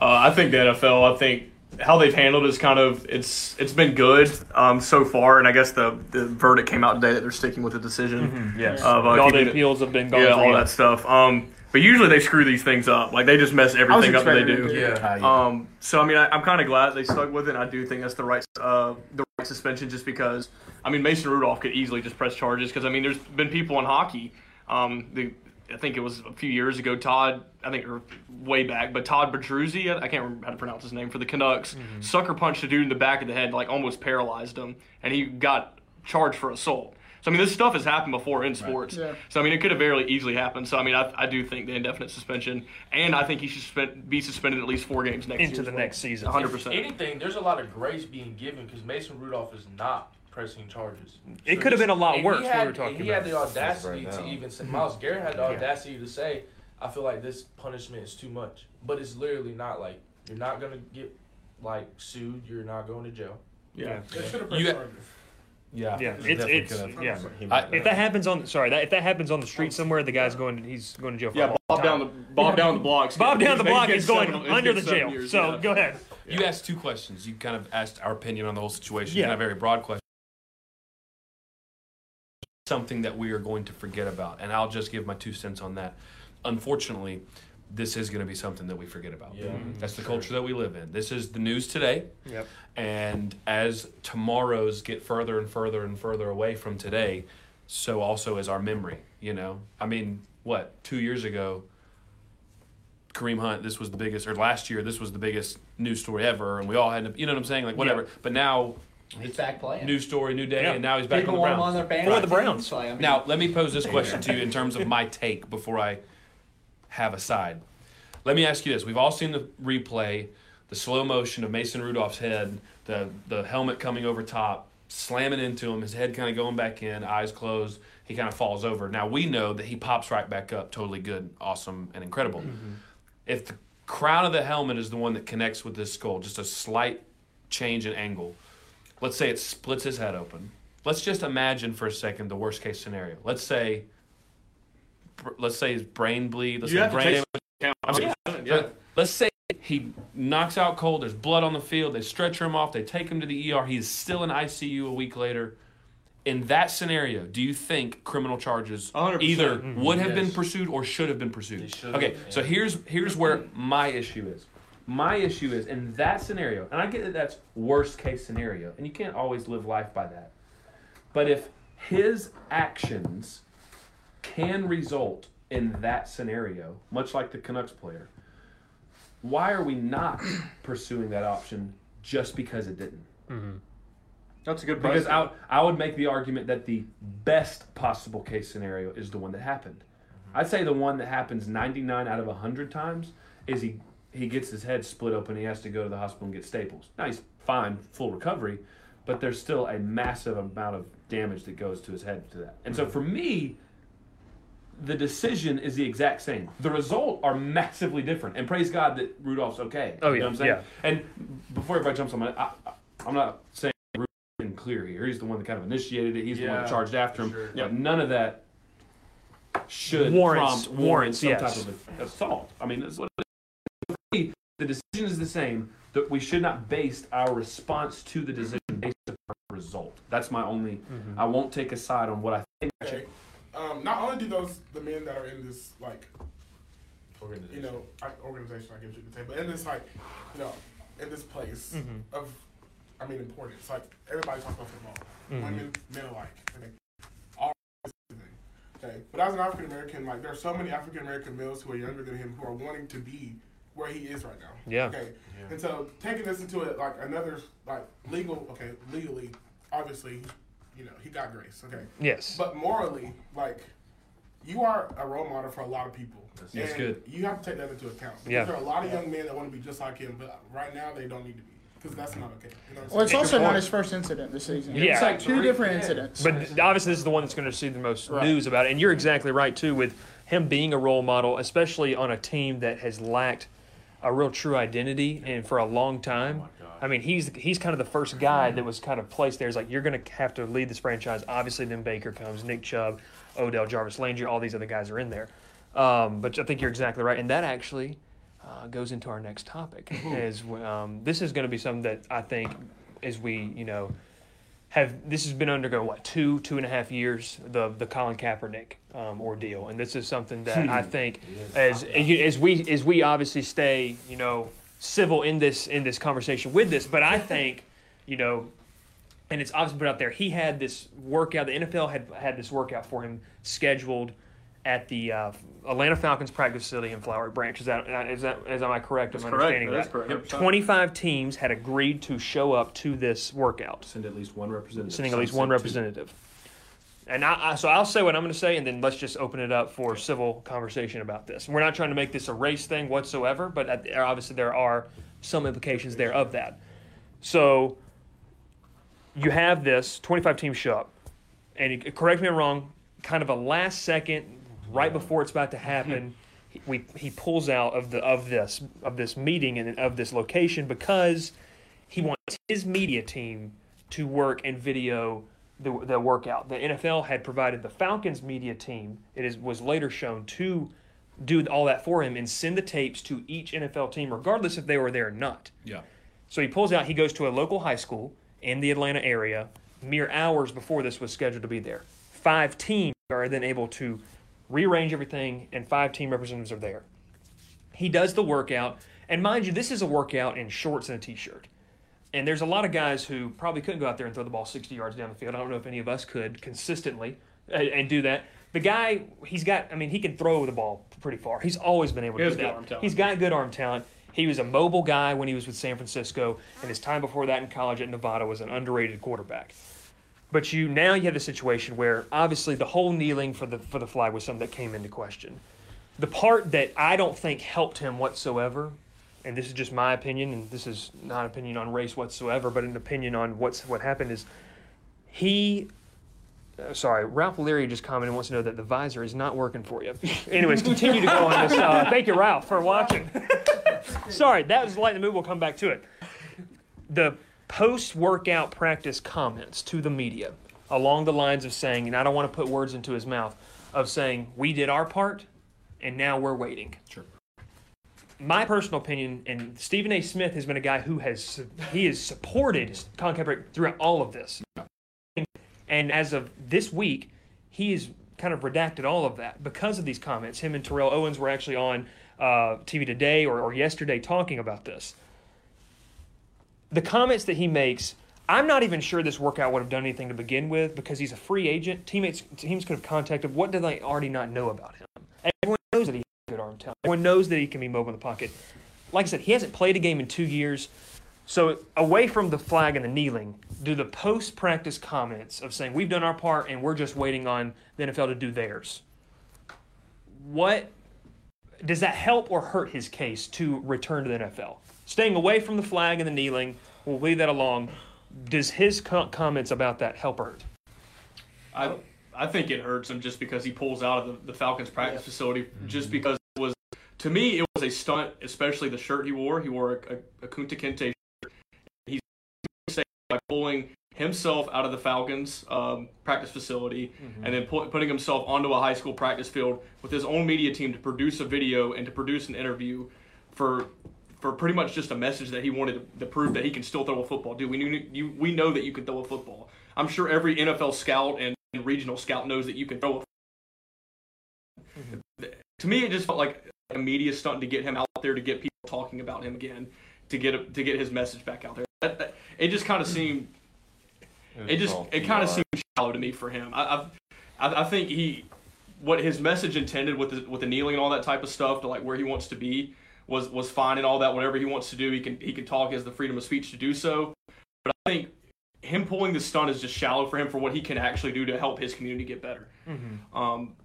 Speaker 5: Uh, I think the NFL. I think how they've handled is kind of it's it's been good um, so far, and I guess the the verdict came out today that they're sticking with the decision.
Speaker 1: yes.
Speaker 5: Of, uh,
Speaker 1: all the
Speaker 5: keeping it-
Speaker 1: appeals have been gone.
Speaker 5: yeah, all
Speaker 1: for
Speaker 5: that stuff. Um, but usually they screw these things up. Like they just mess everything up that they
Speaker 2: expecting
Speaker 5: do.
Speaker 7: Yeah.
Speaker 5: Um, so I mean, I, I'm kind of glad they stuck with it. and I do think that's the right uh, the right suspension, just because I mean Mason Rudolph could easily just press charges because I mean there's been people in hockey. Um, the I think it was a few years ago. Todd, I think, or way back, but Todd Pedruzzi, I, I can't remember how to pronounce his name for the Canucks, sucker punched a dude in the back of the head, like almost paralyzed him, and he got charged for assault. So I mean, this stuff has happened before in sports.
Speaker 4: Yeah.
Speaker 5: So I mean, it could have very easily happened. So I mean, I, I do think the indefinite suspension, and I think he should spend, be suspended at least four games next
Speaker 1: Into the
Speaker 5: year as well.
Speaker 1: next season.
Speaker 5: 100.
Speaker 7: If
Speaker 5: percent
Speaker 7: anything, there's a lot of grace being given because Mason Rudolph is not pressing charges.
Speaker 1: It could have been a lot
Speaker 7: And he
Speaker 1: worse, we
Speaker 7: Had,
Speaker 1: were talking
Speaker 7: and he
Speaker 1: about
Speaker 7: had the
Speaker 1: it.
Speaker 7: audacity
Speaker 9: Right
Speaker 7: to
Speaker 9: now.
Speaker 7: even say, Miles Garrett had the audacity to say, "I feel like this punishment is too much," but it's literally not. Like you're not gonna get like sued. You're not going to jail.
Speaker 5: Yeah.
Speaker 3: You-
Speaker 7: Yeah.
Speaker 1: Yeah,
Speaker 3: It's
Speaker 1: it's,
Speaker 3: definitely
Speaker 1: it's
Speaker 3: gonna-
Speaker 1: yeah.
Speaker 9: He
Speaker 3: I-
Speaker 1: If that happens on sorry, that, if that happens on the street somewhere, the guy's going to, he's going to jail for a
Speaker 5: Yeah,
Speaker 1: long
Speaker 5: Bob
Speaker 1: time.
Speaker 5: down the Bob down the blocks.
Speaker 1: Bob down the
Speaker 5: He's
Speaker 1: block
Speaker 5: getting
Speaker 1: is going
Speaker 5: seven- he's
Speaker 1: under the
Speaker 5: getting seven
Speaker 1: jail.
Speaker 5: years,
Speaker 1: so
Speaker 5: yeah.
Speaker 1: go ahead.
Speaker 3: You asked two questions. You kind of asked our opinion on the whole situation.
Speaker 1: Yeah.
Speaker 3: Yeah. a very broad question. Something that we are going to forget about, and I'll just give my two cents on that. Unfortunately, this is going to be something that we forget about.
Speaker 7: Yeah.
Speaker 5: Mm-hmm.
Speaker 7: Mhm.
Speaker 3: That's the culture that we live in. This is the news today.
Speaker 1: Yep.
Speaker 3: And as tomorrows get further and further and further away from today, so also is our memory, you know? I mean, what, two years ago, Kareem Hunt, this was the biggest, or last year, this was the biggest news story ever, and we all had to, you know what I'm saying? Like, whatever. But now,
Speaker 8: He's back playing.
Speaker 3: new story, new day,
Speaker 1: Yeah.
Speaker 3: and now he's back
Speaker 8: People
Speaker 3: on
Speaker 8: want
Speaker 3: the
Speaker 8: him on
Speaker 3: Browns.
Speaker 8: their band.
Speaker 1: Or the Browns.
Speaker 8: Like, I mean,
Speaker 3: Now, let me pose this question to you in terms of my take before I have a side. Let me ask you this: We've all seen the replay, the slow motion of Mason Rudolph's head, the the helmet coming over top, slamming into him, his head kind of going back in, eyes closed. He kind of falls over. Now we know that he pops right back up, totally good, awesome, and incredible. If the crown of the helmet is the one that connects with his skull, just a slight change in angle. Let's say it splits his head open. Let's just imagine for a second the worst case scenario. Let's say, let's say his brain bleed. Let's
Speaker 5: You
Speaker 3: say
Speaker 5: have to
Speaker 3: brain
Speaker 5: take
Speaker 3: damage. I'm sorry.
Speaker 5: Yeah.
Speaker 3: Let's say he knocks out cold. There's blood on the field. They stretch him off. They take him to the ER. He's still in ICU a week later. In that scenario, do you think criminal charges
Speaker 5: 100%.
Speaker 3: either
Speaker 5: Mm-hmm.
Speaker 3: would have been
Speaker 7: Yes.
Speaker 3: pursued or should have been
Speaker 7: They
Speaker 3: pursued?
Speaker 7: should
Speaker 3: Okay,
Speaker 7: have,
Speaker 3: so
Speaker 7: yeah.
Speaker 3: here's here's where my issue is. My issue is in that scenario, and I get that that's worst case scenario, and you can't always live life by that. But if his actions can result in that scenario, much like the Canucks player, why are we not pursuing that option just because it didn't?
Speaker 5: That's a good
Speaker 3: Because
Speaker 5: precedent.
Speaker 3: I, I would make the argument that the best possible case scenario is the one that happened.
Speaker 5: Mm-hmm.
Speaker 3: I'd say the one that happens 99 out of 100 times is he, he gets his head split open, he has to go to the hospital and get staples. Now he's fine, full recovery, but there's still a massive amount of damage that goes to his head to that.
Speaker 5: Mm-hmm.
Speaker 3: And so for me, the decision is the exact same. The result are massively different. And praise God that Rudolph's okay.
Speaker 1: Oh,
Speaker 3: You
Speaker 1: yeah,
Speaker 3: know what I'm saying?
Speaker 1: yeah.
Speaker 3: And before everybody jumps on my, I, I, I'm not saying Rudolph didn't clear here. He's the one that kind of initiated it. He's the one
Speaker 7: Yeah,
Speaker 3: that charged after him.
Speaker 7: sure.
Speaker 3: But none of that should
Speaker 1: Warrants-
Speaker 3: prompt
Speaker 1: warrants,
Speaker 3: some
Speaker 1: yes.
Speaker 3: type of assault. I mean, that's what it is. For me, the decision is the same. That we should not base our response to the decision based upon the result. That's my only.
Speaker 1: Mm-hmm.
Speaker 3: I won't take a side on what I think.
Speaker 11: Okay. [laughs] Um, not only do those the men that are in this like you know I- organization, I guess you could say, but in this like you know in this place
Speaker 1: Mm-hmm.
Speaker 11: of I mean importance, like everybody talks about football,
Speaker 1: Mm-hmm.
Speaker 11: women, men alike, okay? all this thing, okay. But as an African American, like there are so many African American males who are younger than him who are wanting to be where he is right now.
Speaker 1: Yeah.
Speaker 11: Okay. And so taking this into it like another like legal okay legally obviously you know he got grace okay
Speaker 1: Yes.
Speaker 11: but morally, like, you are a role model for a lot of people.
Speaker 3: That's
Speaker 11: And
Speaker 3: good.
Speaker 11: You have to take that into account. Because
Speaker 1: Yeah.
Speaker 11: There are a lot of young men that want to be just like him, but right now they don't need to be. Because that's not okay. You know what I'm
Speaker 4: Well, it's
Speaker 11: saying?
Speaker 4: also not his first incident this season.
Speaker 1: Yeah.
Speaker 4: It's like two
Speaker 7: Yeah.
Speaker 4: different incidents.
Speaker 1: But th- obviously, this is the one that's going to see the most news about it. And you're exactly right, too, with him being a role model, especially on a team that has lacked a real true identity and for a long
Speaker 4: Oh,
Speaker 1: time. I mean, he's he's kind of the first guy that was kind of placed there. It's like, you're going to have to lead this franchise. Obviously, then Baker comes, Nick Chubb, Odell, Jarvis Landry, all these other guys are in there. Um, but I think you're exactly right. And that actually uh, goes into our next topic. Is um, this is going to be something that I think as we you know have this has been undergoing what two two and a half years the the Colin Kaepernick um, ordeal, and this is something that I think as as we as we obviously stay you know civil in this in this conversation with this, but I think [laughs] you know. And it's obviously put out there. He had this workout. The NFL had had this workout for him scheduled at the uh, Atlanta Falcons practice facility in Flower Branch. Is that is that is am I correct? in my
Speaker 5: correct.
Speaker 1: understanding
Speaker 5: That's
Speaker 1: that?
Speaker 5: correct.
Speaker 1: 25 teams had agreed to show up to this workout,
Speaker 3: Send at least one representative.
Speaker 1: sending at least one representative. And I, I so I'll say what I'm going to say, and then let's just open it up for civil conversation about this. We're not trying to make this a race thing whatsoever, but at- obviously there are some implications there of that. So you have this 25 team show and you- correct me if I'm wrong, kind of a last second, right before it's about to happen, [laughs] he- we he pulls out of the of this of this meeting and of this location because he wants his media team to work and video the, the workout. The NFL had provided the Falcons media team. It is was later shown to do all that for him and send the tapes to each NFL team, regardless if they were there or not.
Speaker 3: Yeah.
Speaker 1: So he pulls out, he goes to a local high school in the Atlanta area mere hours before this was scheduled to be there. Five teams are then able to rearrange everything, and five team representatives are there. He does the workout, and mind you, this is a workout in shorts and a t shirt. And there's a lot of guys who probably couldn't go out there and throw the ball 60 yards down the field. I don't know if any of us could consistently uh, and do that. The guy, he's got, I mean, he can throw the ball pretty far. He's always been able to
Speaker 5: He has
Speaker 1: do
Speaker 5: good
Speaker 1: that.
Speaker 5: arm talent.
Speaker 1: He's got good arm talent. He was a mobile guy when he was with San Francisco, and his time before that in college at Nevada was an underrated quarterback. But you now you have the situation where obviously the whole kneeling for the for the flag was something that came into question. The part that I don't think helped him whatsoever, and this is just my opinion, and this is not an opinion on race whatsoever, but an opinion on what's what happened is he. uh, sorry, Ralph Leary just commented and wants to know that the visor is not working for you. Anyways, continue to go on this. Uh, thank you, Ralph, for watching. sorry, that was light in the mood. We'll come back to it the post workout practice comments to the media along the lines of saying, and I don't want to put words into his mouth, of saying, we did our part and now we're waiting. Sure. My personal opinion, and Stephen A. Smith has been a guy who has he has supported Colin Kaepernick throughout all of this, and as of this week, he has kind of redacted all of that because of these comments. Him and Terrell Owens were actually on uh, TV today or, or yesterday talking about this the comments that he makes, I'm not even sure this workout would have done anything to begin with because he's a free agent. Teammates, teams could have contacted. What did they already not know about him? Everyone knows that he has good arm talent. Everyone knows that he can be mobile in the pocket. Like I said, he hasn't played a game in two years. So away from the flag and the kneeling, do the post-practice comments of saying we've done our part and we're just waiting on the NFL to do theirs. What does that help or hurt his case to return to the NFL? Staying away from the flag and the kneeling, we'll leave that alone. Does his co- comments about that help or hurt?
Speaker 5: I I think it hurts him just because he pulls out of the, the Falcons practice facility just because it was to me it was a stunt, especially the shirt he wore. He wore a, a, a Kunta Kinte shirt. He's saying by pulling himself out of the Falcons um, practice facility
Speaker 11: Mhm.
Speaker 5: and then pu- putting himself onto a high school practice field with his own media team to produce a video and to produce an interview for for pretty much just a message that he wanted to, to prove that he can still throw a football. Dude, we knew you we know that you can throw a football. I'm sure every NFL scout and, and regional scout knows that you can throw a to me, it just felt like a media stunt to get him out there to get people talking about him again, to get to get his message back out there. That- that- it just kind of seemed, it just
Speaker 9: all
Speaker 5: it kind
Speaker 9: PR.
Speaker 5: of seemed shallow to me for him. I I, I- I think he what his message intended with the, with the kneeling and all that type of stuff to like where he wants to be was was fine and all that. Whatever he wants to do, he can he can talk he has the freedom of speech to do so. But I think him pulling the stunt is just shallow for him for what he can actually do to help his community get better.
Speaker 1: Mm-hmm.
Speaker 5: Um,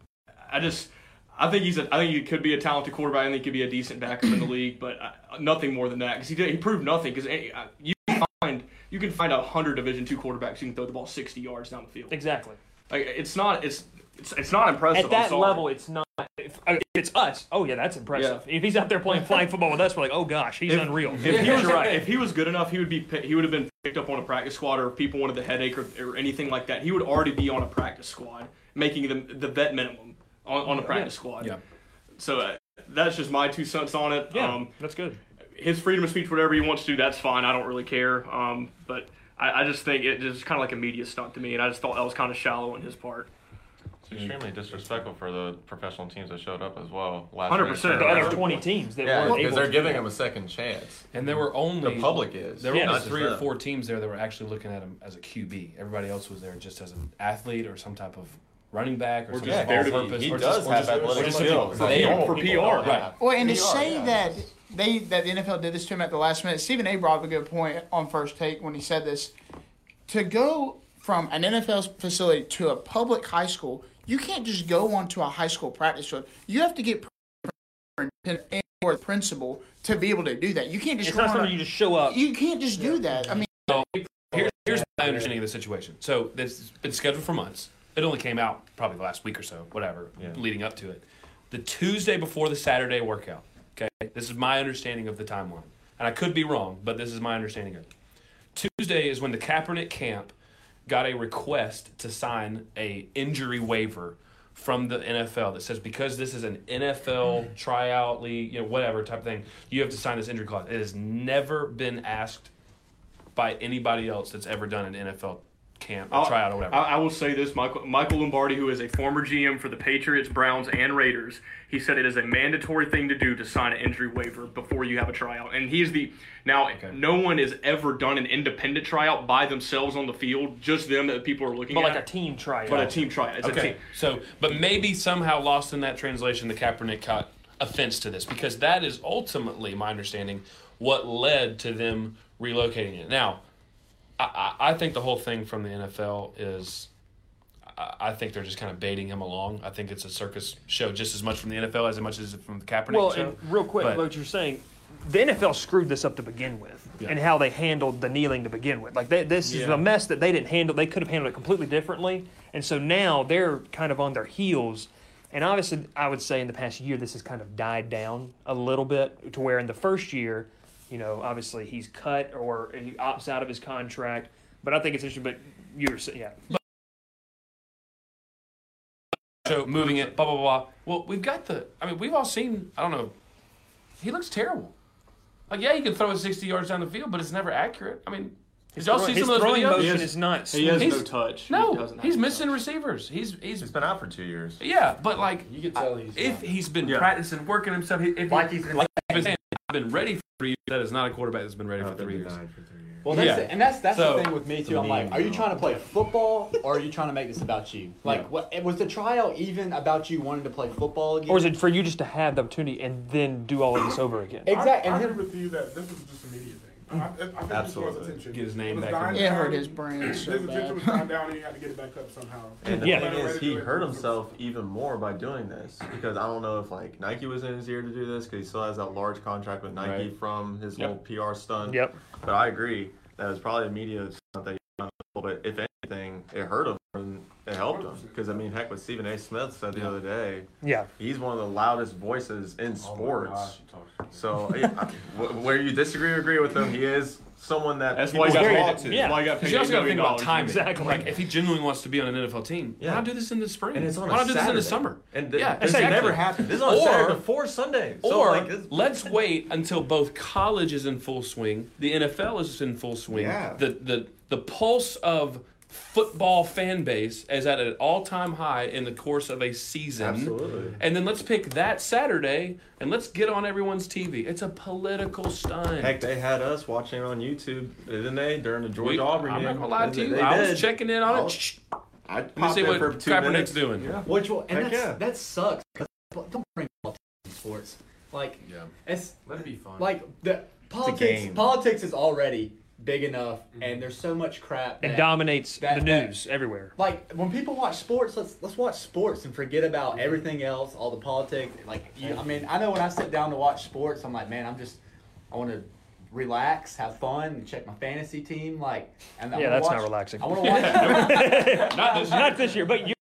Speaker 5: I just, I think he's, a, I think he could be a talented quarterback. I think he could be a decent backup in the league, but I, nothing more than that because he did, he proved nothing. Because you can find you can find a hundred Division two quarterbacks who can throw the ball sixty yards down the field.
Speaker 1: Exactly.
Speaker 5: Like it's not it's it's, it's not
Speaker 1: At
Speaker 5: impressive. I'm
Speaker 1: that
Speaker 5: sorry.
Speaker 1: level, it's not. If, if it's us, oh yeah, that's impressive. If he's out there playing flag football with us, we're like, oh gosh, he's unreal.
Speaker 5: If
Speaker 1: [laughs]
Speaker 5: he,
Speaker 1: You're
Speaker 5: was,
Speaker 1: right.
Speaker 5: if he was good enough, he would be pi- he would have been picked up on a practice squad, or if people wanted the headache or, or anything like that, he would already be on a practice squad, making the the vet minimum on, on a
Speaker 1: Yeah.
Speaker 5: practice squad.
Speaker 1: Yeah.
Speaker 5: So uh, that's just my two cents on it.
Speaker 1: Yeah,
Speaker 5: Um,
Speaker 1: that's good.
Speaker 5: his freedom of speech, whatever he wants to do, that's fine. I don't really care. Um, but I, I just think it is kind of like a media stunt to me, and I just thought that was kind of shallow on his part.
Speaker 9: It's extremely disrespectful for the professional teams that showed up as well. Last
Speaker 5: 100%.
Speaker 9: minute.
Speaker 5: The other 20 teams that
Speaker 9: yeah,
Speaker 5: weren't
Speaker 9: because
Speaker 5: able
Speaker 9: they're
Speaker 5: to-
Speaker 9: giving them a second chance.
Speaker 3: And there were only
Speaker 9: the public is.
Speaker 3: There were
Speaker 9: not
Speaker 3: only
Speaker 9: just
Speaker 3: three or
Speaker 9: them.
Speaker 3: four teams there that were actually looking at him as a QB. Everybody else was there just as an athlete or some type of running back or,
Speaker 9: Or
Speaker 3: some
Speaker 9: just
Speaker 3: type
Speaker 9: there to
Speaker 3: of
Speaker 9: be-
Speaker 3: purpose.
Speaker 9: he
Speaker 3: or
Speaker 9: does
Speaker 3: just, or
Speaker 9: have
Speaker 3: just- or
Speaker 9: athletic
Speaker 3: just
Speaker 9: skills.
Speaker 3: For,
Speaker 9: They
Speaker 3: PR,
Speaker 9: don't
Speaker 3: for
Speaker 9: people
Speaker 3: PR,
Speaker 9: don't
Speaker 3: right?
Speaker 1: uh,
Speaker 9: have.
Speaker 4: Well, and to say that they that the NFL did this to him at the last minute, Stephen A. brought up a good point on first take when he said this. To go from an NFL facility to a public high school, you can't just go onto a high school practice field. You have to get per- and or principal to be able to do that. You can't just
Speaker 1: It's
Speaker 4: go
Speaker 1: not
Speaker 4: on
Speaker 1: something
Speaker 4: a-
Speaker 1: you just show up.
Speaker 4: You can't just do that. I mean,
Speaker 3: So here, here's my understanding of the situation. So this has been scheduled for months. It only came out probably the last week or so, whatever, leading up to it. The Tuesday before the Saturday workout. Okay, this is my understanding of the timeline, and I could be wrong, but this is my understanding of it. Tuesday is when the Kaepernick camp got a request to sign a injury waiver from the NFL that says because this is an NFL tryout league, you know, whatever type of thing, you have to sign this injury clause. It has never been asked by anybody else that's ever done an NFL camp or
Speaker 5: I'll-
Speaker 3: tryout or whatever.
Speaker 5: I, I will say this, Michael, Michael Lombardi, who is a former GM for the Patriots, Browns, and Raiders, he said it is a mandatory thing to do to sign an injury waiver before you have a tryout. And he's the now no one has ever done an independent tryout by themselves on the field, just them that people are looking
Speaker 3: But
Speaker 5: at.
Speaker 3: like a team tryout.
Speaker 5: But a team tryout. It's a
Speaker 3: okay,
Speaker 5: team.
Speaker 3: so but maybe somehow lost in that translation, the Kaepernick caught offense to this because that is ultimately my understanding what led to them relocating it. Now, I, I I think the whole thing from the NFL is. I I think they're just kind of baiting him along. I think it's a circus show just as much from the NFL as much as from the Kaepernick
Speaker 1: Well,
Speaker 3: show.
Speaker 1: and real quick,
Speaker 3: But-
Speaker 1: what you're saying, the NFL screwed this up to begin with, and how they handled the kneeling to begin with. Like they, this is
Speaker 3: Yeah.
Speaker 1: a mess that they didn't handle. They could have handled it completely differently, and so now they're kind of on their heels. And obviously, I would say in the past year, this has kind of died down a little bit to where in the first year, you know, obviously he's cut or he opts out of his contract. But I think it's interesting. But you were saying, yeah.
Speaker 3: So moving it, blah blah blah. Well, we've got the. I mean, we've all seen. I don't know. He looks terrible. Like, yeah, he can throw it sixty yards down the field, but it's never accurate. I mean,
Speaker 1: His
Speaker 3: did y'all
Speaker 1: throwing-
Speaker 3: see some
Speaker 1: his
Speaker 3: of those
Speaker 1: throwing
Speaker 3: videos?
Speaker 1: motion He has- is nuts. he has no touch. He
Speaker 3: No,
Speaker 1: doesn't have
Speaker 3: he's
Speaker 1: no
Speaker 3: missing receivers. He's he's
Speaker 9: He's been out for two years.
Speaker 3: yeah, but like
Speaker 7: you can tell he's
Speaker 3: if he's been practicing, working himself, he- if like he's like I've been, saying, I've been ready for three. years. That is not a quarterback that's been ready for three years.
Speaker 8: Well, that's
Speaker 3: Yeah.
Speaker 8: it. and that's that's
Speaker 3: So-
Speaker 8: the thing with me too. I'm like, are you trying to play football or are you trying to make this about you? Like,
Speaker 1: Yeah.
Speaker 8: what was the tryout even about you wanting to play football again?
Speaker 1: Or is it for you just to have the opportunity and then do all of this over again?
Speaker 8: Exactly.
Speaker 11: I, I
Speaker 8: And
Speaker 11: agree with you that this was just a media thing. I, I, I think Absolutely.
Speaker 1: Absolutely.
Speaker 11: was attention.
Speaker 1: Get his name
Speaker 11: It was
Speaker 1: back
Speaker 11: dying
Speaker 1: up.
Speaker 11: down.
Speaker 1: It hurt his brain so
Speaker 11: His attention
Speaker 1: bad.
Speaker 11: was dying down, and he had to get it back up somehow.
Speaker 9: And the
Speaker 11: No
Speaker 9: thing
Speaker 11: matter
Speaker 9: is,
Speaker 11: what
Speaker 9: he
Speaker 11: do, it
Speaker 9: hurt
Speaker 11: was-
Speaker 9: himself even more by doing this because I don't know if like Nike was in his ear to do this because he still has that large contract with Nike
Speaker 1: Right.
Speaker 9: from his
Speaker 1: Yep.
Speaker 9: little PR stunt.
Speaker 1: Yep.
Speaker 9: But I agree that it was probably a media stunt that he done, but if anything, it hurt him and it helped him because I mean, heck, what Stephen A. Smith said the other day.
Speaker 1: Yeah.
Speaker 9: He's one of the loudest voices in sports. so I, I, wh- where you disagree or agree with him, he is someone that
Speaker 5: That's
Speaker 9: people
Speaker 5: why he got
Speaker 9: can
Speaker 5: paid
Speaker 9: talk
Speaker 5: it
Speaker 9: to.
Speaker 5: too. Yeah. Why he got
Speaker 3: Because
Speaker 5: paid
Speaker 3: you also got to
Speaker 5: $8
Speaker 3: think about
Speaker 5: million.
Speaker 3: timing.
Speaker 5: Exactly.
Speaker 3: Like if he genuinely wants to be on an NFL team, why not do this in the spring?
Speaker 9: And it's on
Speaker 3: why
Speaker 9: a
Speaker 3: not do this in the
Speaker 9: Saturday.
Speaker 3: summer?
Speaker 9: And th- this never happened. This is on
Speaker 3: or,
Speaker 9: a Saturday before Sunday. So,
Speaker 3: or
Speaker 9: like, this-
Speaker 3: let's wait until both college is in full swing, the NFL is in full swing.
Speaker 9: Yeah.
Speaker 3: The the the pulse of football fan base is at an all-time high in the course of a season.
Speaker 9: Absolutely.
Speaker 3: And then let's pick that Saturday and let's get on everyone's TV. It's a political stunt.
Speaker 9: Heck, they had us watching it on YouTube, didn't they? During the George
Speaker 3: We-
Speaker 9: Auburn
Speaker 3: I'm
Speaker 9: game.
Speaker 3: not gonna lie to
Speaker 9: They-
Speaker 3: you.
Speaker 9: they
Speaker 3: I
Speaker 9: did.
Speaker 3: was checking in
Speaker 9: I
Speaker 3: on
Speaker 9: was-
Speaker 3: it.
Speaker 9: I
Speaker 3: Let me
Speaker 9: popped
Speaker 3: see
Speaker 9: in
Speaker 3: what
Speaker 9: for two
Speaker 3: Kaepernick's
Speaker 9: minutes.
Speaker 3: doing.
Speaker 9: Yeah.
Speaker 8: Which will and
Speaker 9: Heck
Speaker 8: that's,
Speaker 9: yeah.
Speaker 8: that sucks. 'cause Don't bring politics in sports. Like,
Speaker 3: yeah,
Speaker 8: it's
Speaker 7: Let it be fun.
Speaker 8: Like the politics.
Speaker 9: game.
Speaker 8: Politics is already big enough, and there's so much crap.
Speaker 1: It
Speaker 8: that-
Speaker 1: dominates
Speaker 8: that-
Speaker 1: the
Speaker 8: that-
Speaker 1: news everywhere.
Speaker 8: Like when people watch sports, let's let's watch sports and forget about everything else, all the politics. Like you, I mean, I know when I sit down to watch sports, I'm like, man, I'm just, I want to relax, have fun, and check my fantasy team. Like, and I
Speaker 1: yeah,
Speaker 8: wanna
Speaker 1: that's
Speaker 8: watch-
Speaker 1: not relaxing.
Speaker 8: I want to
Speaker 1: [laughs]
Speaker 9: [laughs]
Speaker 8: watch. [laughs]
Speaker 1: not, this, not this year, but you.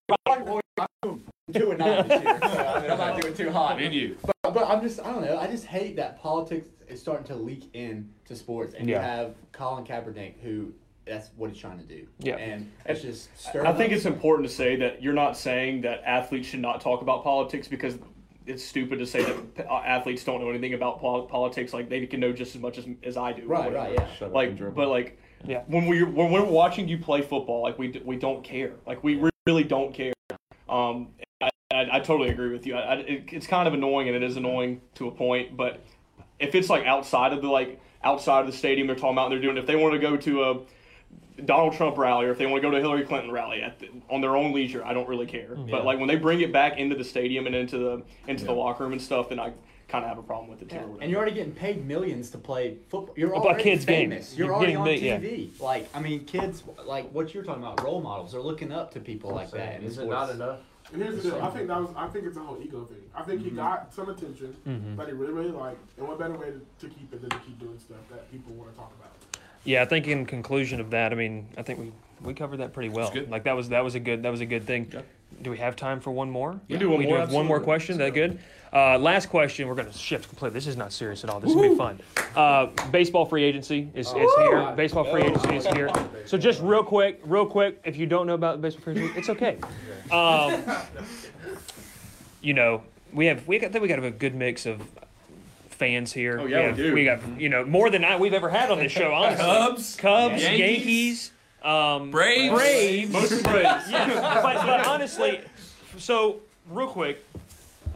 Speaker 8: Two and nine
Speaker 1: [laughs]
Speaker 8: this year. So, I mean, I'm not doing too hot.
Speaker 3: And you.
Speaker 8: But, but I'm just I don't know. I just hate that politics is starting to leak in to sports, and
Speaker 5: Yeah.
Speaker 8: you have Colin Kaepernick who that's what he's trying to do. and it's just. Stirring
Speaker 5: I think
Speaker 8: up-
Speaker 5: it's important to say that you're not saying that athletes should not talk about politics because it's stupid to say that uh, athletes don't know anything about pol- politics. Like they can know just as much as, as I do. or
Speaker 8: Right,
Speaker 5: whatever.
Speaker 8: right, yeah. Shut up
Speaker 5: Like,
Speaker 8: and dribble.
Speaker 5: but like,
Speaker 1: Yeah.
Speaker 5: when we when we're watching you play football, like we d- we don't care. Like we really don't care. Um, I, I, I totally agree with you. I, I, it, it's kind of annoying, and it is annoying to a point. But if it's like outside of the like outside of the stadium, they're talking about and they're doing. If they want to go to a Donald Trump rally or if they want to go to a Hillary Clinton rally at the, on their own
Speaker 1: Mm-hmm.
Speaker 5: leisure, I don't really care.
Speaker 3: Yeah.
Speaker 5: But like when they bring it back into the stadium and into the into the locker room and stuff, then I kind of have a problem with it too. or whatever.
Speaker 8: And you're already getting paid millions to play football. You're
Speaker 5: About
Speaker 8: already
Speaker 5: kids'
Speaker 8: famous.
Speaker 5: games.
Speaker 8: You're,
Speaker 5: You're
Speaker 8: already on
Speaker 5: getting paid,
Speaker 8: TV. Like I mean, kids like what you're talking about, role models. They're looking up to people like that. in sports.
Speaker 11: And here's the deal. I think that was. I think it's a whole ego thing. I think he
Speaker 8: Mhm.
Speaker 11: got some attention
Speaker 1: Mhm.
Speaker 11: that he really, really liked. And what better way to, to keep it than to keep doing stuff that people want to talk about?
Speaker 1: Yeah, I think in conclusion of that, I mean, I think we we covered that pretty well. Like that was that was a good that was a good thing. Do we have time for one more?
Speaker 10: We do one more,
Speaker 1: have one more
Speaker 10: absolutely.
Speaker 1: question. Is that good? Uh, last question. We're going to shift completely. This is not serious at all. This will be fun. Uh, baseball free agency is, is
Speaker 10: Oh.
Speaker 1: here. Baseball free agency is here. So just real quick, real quick. If you don't know about baseball free agency, it's
Speaker 8: [laughs]
Speaker 1: okay. Um, you know, we have we got, I think we got a good mix of fans here.
Speaker 5: Oh, yeah, we
Speaker 1: have-
Speaker 5: do.
Speaker 1: We got you know more than I, we've ever had on this
Speaker 5: [laughs]
Speaker 1: show. Honestly,
Speaker 5: Cubs,
Speaker 1: Cubs, Yankees,
Speaker 5: Yankees,
Speaker 1: um,
Speaker 5: Braves.
Speaker 1: Braves, [laughs]
Speaker 5: Mostly
Speaker 10: Braves.
Speaker 1: yes, but, but honestly, so real quick,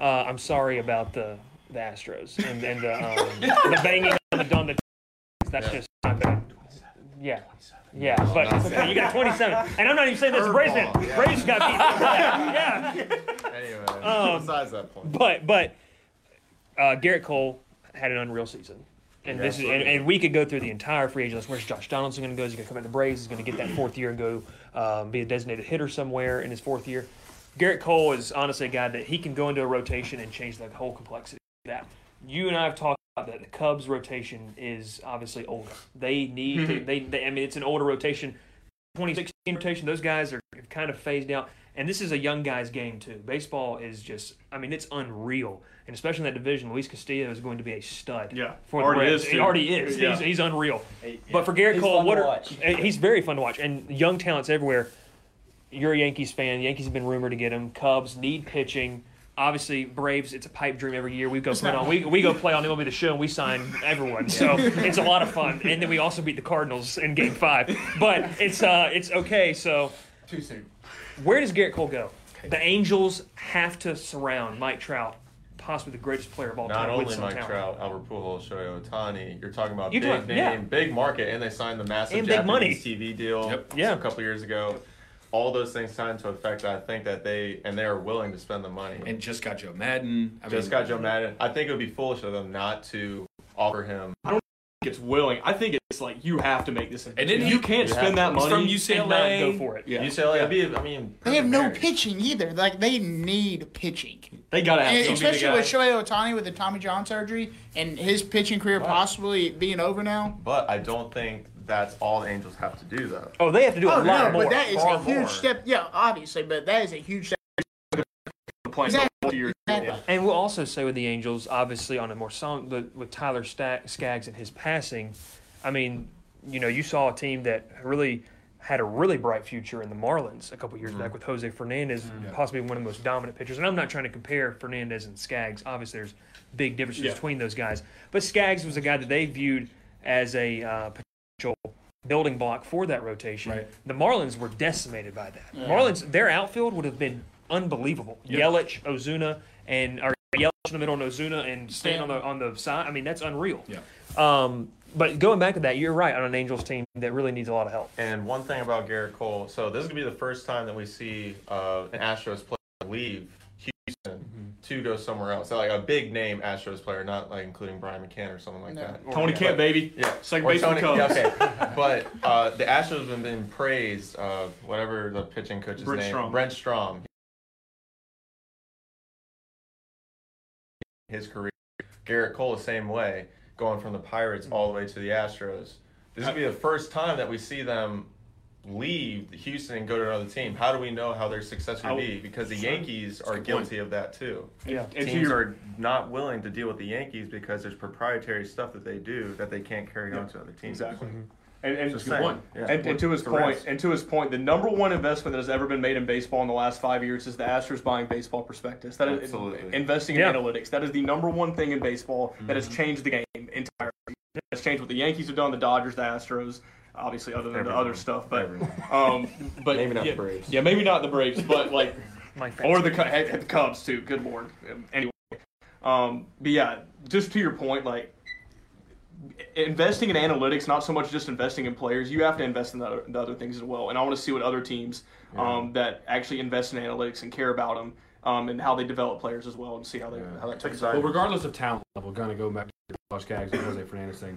Speaker 1: uh, I'm sorry about the the Astros and, and the, um, the banging on the on the. That's just not bad. Yeah. Yeah, but, but you got 27, and I'm not even saying that's Braves.
Speaker 2: Oh,
Speaker 1: fan. Braves got beat. [laughs]
Speaker 2: [laughs]
Speaker 1: Yeah, yeah.
Speaker 9: Anyway,
Speaker 1: [laughs] Um,
Speaker 9: besides that point.
Speaker 1: But but uh, Garrett Cole had an unreal season. And this is, and, and we could go through the entire free agent list. Where's Josh Donaldson going to go? Is he going to come into the Braves? Is he going to get that fourth year and go um, be a designated hitter somewhere in his fourth year? Garrett Cole is honestly a guy that he can go into a rotation and change the whole complexity of that. You and I have talked about that. The Cubs rotation is obviously older. They need to,
Speaker 5: Mhm.
Speaker 1: they, they, I mean, it's an older rotation. 2016 rotation, those guys are have kind of phased out. And this is a young guy's game, too. Baseball is just, I mean, it's unreal. And especially in that division, Luis Castillo is going to be a stud. Yeah. For
Speaker 5: Already
Speaker 1: the Braves.
Speaker 5: is,
Speaker 1: He
Speaker 5: too.
Speaker 1: already is.
Speaker 5: Yeah.
Speaker 1: He's, he's unreal.
Speaker 5: Hey,
Speaker 1: But for Garrett
Speaker 5: He's
Speaker 1: Cole,
Speaker 5: fun
Speaker 1: what
Speaker 5: to
Speaker 1: are,
Speaker 5: watch.
Speaker 1: eh, he's very fun to watch. And young talents everywhere. You're a Yankees fan. Yankees have been rumored to get him. Cubs need pitching. Obviously, Braves, it's a pipe dream every year. We go play on we, we go play on MLB the show and we sign everyone. So it's a lot of fun. And then we also beat the Cardinals in game five. But it's uh it's okay, so
Speaker 8: Too soon.
Speaker 1: where does Garrett Cole go? The Angels have to surround Mike Trout, possibly the greatest player of all
Speaker 9: Not
Speaker 1: time. with
Speaker 9: only
Speaker 1: some
Speaker 9: Mike
Speaker 1: talent.
Speaker 9: Trout, Albert Pujols, Shohei Otani. You're talking about
Speaker 1: You're
Speaker 9: big
Speaker 1: talking-
Speaker 9: name,
Speaker 1: yeah.
Speaker 9: big market, and they signed the massive
Speaker 1: And big money.
Speaker 9: Japanese TV deal yeah. a couple years ago. All those things tie into effect. I think that they and they are willing to spend the money.
Speaker 3: And just got Joe Madden. I
Speaker 9: just
Speaker 3: mean-
Speaker 9: got Joe Madden. I think it would be foolish of them not to offer him.
Speaker 5: I don't think it's willing. I think it's like you have to make this. And
Speaker 9: didn't
Speaker 5: you
Speaker 9: he-
Speaker 5: can't
Speaker 9: You
Speaker 5: spend
Speaker 9: have to.
Speaker 5: that
Speaker 9: He's
Speaker 5: money
Speaker 9: from
Speaker 5: and not
Speaker 9: UCLA.
Speaker 5: go for it.
Speaker 9: Yeah. UCLA, it'd be- I mean,
Speaker 4: They have no pitching either. Like they need pitching.
Speaker 5: They gotta have
Speaker 4: And
Speaker 5: somebody
Speaker 4: especially
Speaker 5: to
Speaker 4: with
Speaker 5: guy.
Speaker 4: Shohei Otani with the Tommy John surgery and his pitching career possibly being over now.
Speaker 9: But I don't think that's all the Angels have to do, though.
Speaker 1: Oh, they have to
Speaker 4: oh no, but that is a huge step. Yeah, obviously, but that is a huge step.
Speaker 1: And we'll also say with the Angels, obviously on a more song with Tyler Sta Skaggs and his passing. I mean, you know, you saw a team that really had a really bright future in the Marlins a couple years back with Jose Fernandez, possibly one of the most dominant pitchers. And I'm not trying to compare Fernandez and Skaggs. Obviously, there's big differences
Speaker 5: Yeah.
Speaker 1: between those guys. But Skaggs was a guy that they viewed as a uh, potential building block for that rotation.
Speaker 5: Right.
Speaker 1: The Marlins were decimated by that.
Speaker 5: Yeah.
Speaker 1: Marlins, their outfield would have been unbelievable.
Speaker 5: Yeah.
Speaker 1: Yelich, Ozuna, and or Yelich in the middle and Ozuna and Stan on the on the side. I mean, that's unreal.
Speaker 3: Yeah.
Speaker 1: Um, but going back to that, you're right on an Angels team that really needs a lot of help.
Speaker 9: And one thing about Garrett Cole, so this is gonna be the first time that we see uh, an Astros player leave Houston
Speaker 5: Mm-hmm.
Speaker 9: to go somewhere else, so like a big name Astros player, not like including Brian McCann or someone like
Speaker 5: No.
Speaker 9: that.
Speaker 5: Tony Kemp,
Speaker 9: But-
Speaker 5: baby.
Speaker 9: yeah,
Speaker 5: Second
Speaker 9: Or
Speaker 5: base for
Speaker 9: Tony-
Speaker 5: Cubs.
Speaker 9: yeah,
Speaker 5: [laughs]
Speaker 9: Okay, but uh, the Astros have been praised. Uh, whatever the pitching coach's
Speaker 5: Brent
Speaker 9: name,
Speaker 5: Strom.
Speaker 9: Brent Strom. His career, Garrett Cole, the same way, going from the Pirates all the way to the Astros. This would be the first time that we see them leave Houston and go to another team. How do we know how their success
Speaker 5: I
Speaker 9: would
Speaker 5: would-
Speaker 9: be? Because the
Speaker 5: Sure.
Speaker 9: Yankees
Speaker 5: That's a
Speaker 9: are
Speaker 5: good point.
Speaker 9: guilty of that too.
Speaker 5: Yeah. And to
Speaker 9: Teams
Speaker 5: your-
Speaker 9: are not willing to deal with the Yankees because there's proprietary stuff that they do that they can't carry on to other teams.
Speaker 5: Exactly.
Speaker 1: Mm-hmm.
Speaker 5: And, and,
Speaker 9: Just
Speaker 5: Good
Speaker 9: saying.
Speaker 5: point.
Speaker 9: Yeah.
Speaker 5: and, and to his
Speaker 9: It's a
Speaker 5: point,
Speaker 9: risk.
Speaker 5: and to his point, the number one investment that has ever been made in baseball in the last five years is the Astros buying baseball prospectus. That is
Speaker 9: Absolutely. Mm-hmm.
Speaker 5: investing
Speaker 1: Yeah.
Speaker 5: in analytics. That is the number one thing in baseball that has changed the game entirely. It's changed what the Yankees have done, the Dodgers, the Astros, obviously other than the other stuff. But
Speaker 9: [laughs]
Speaker 5: um, but
Speaker 9: Maybe not the
Speaker 5: yeah,
Speaker 9: Braves.
Speaker 5: Yeah, maybe not the Braves, but like
Speaker 1: Mike
Speaker 5: or the Cu- heck, the Cubs too. Good lord. Um, Anyway, um, but yeah, just to your point, like investing in analytics, not so much just investing in players. You have to invest in the other, the other things as well. And I want to see what other teams um, that actually invest in analytics and care about them um, and how they develop players as well, and see how they how that takes.
Speaker 3: Well, regardless of talent level, going to go back to the Josh Gags and Jose Fernandez thing.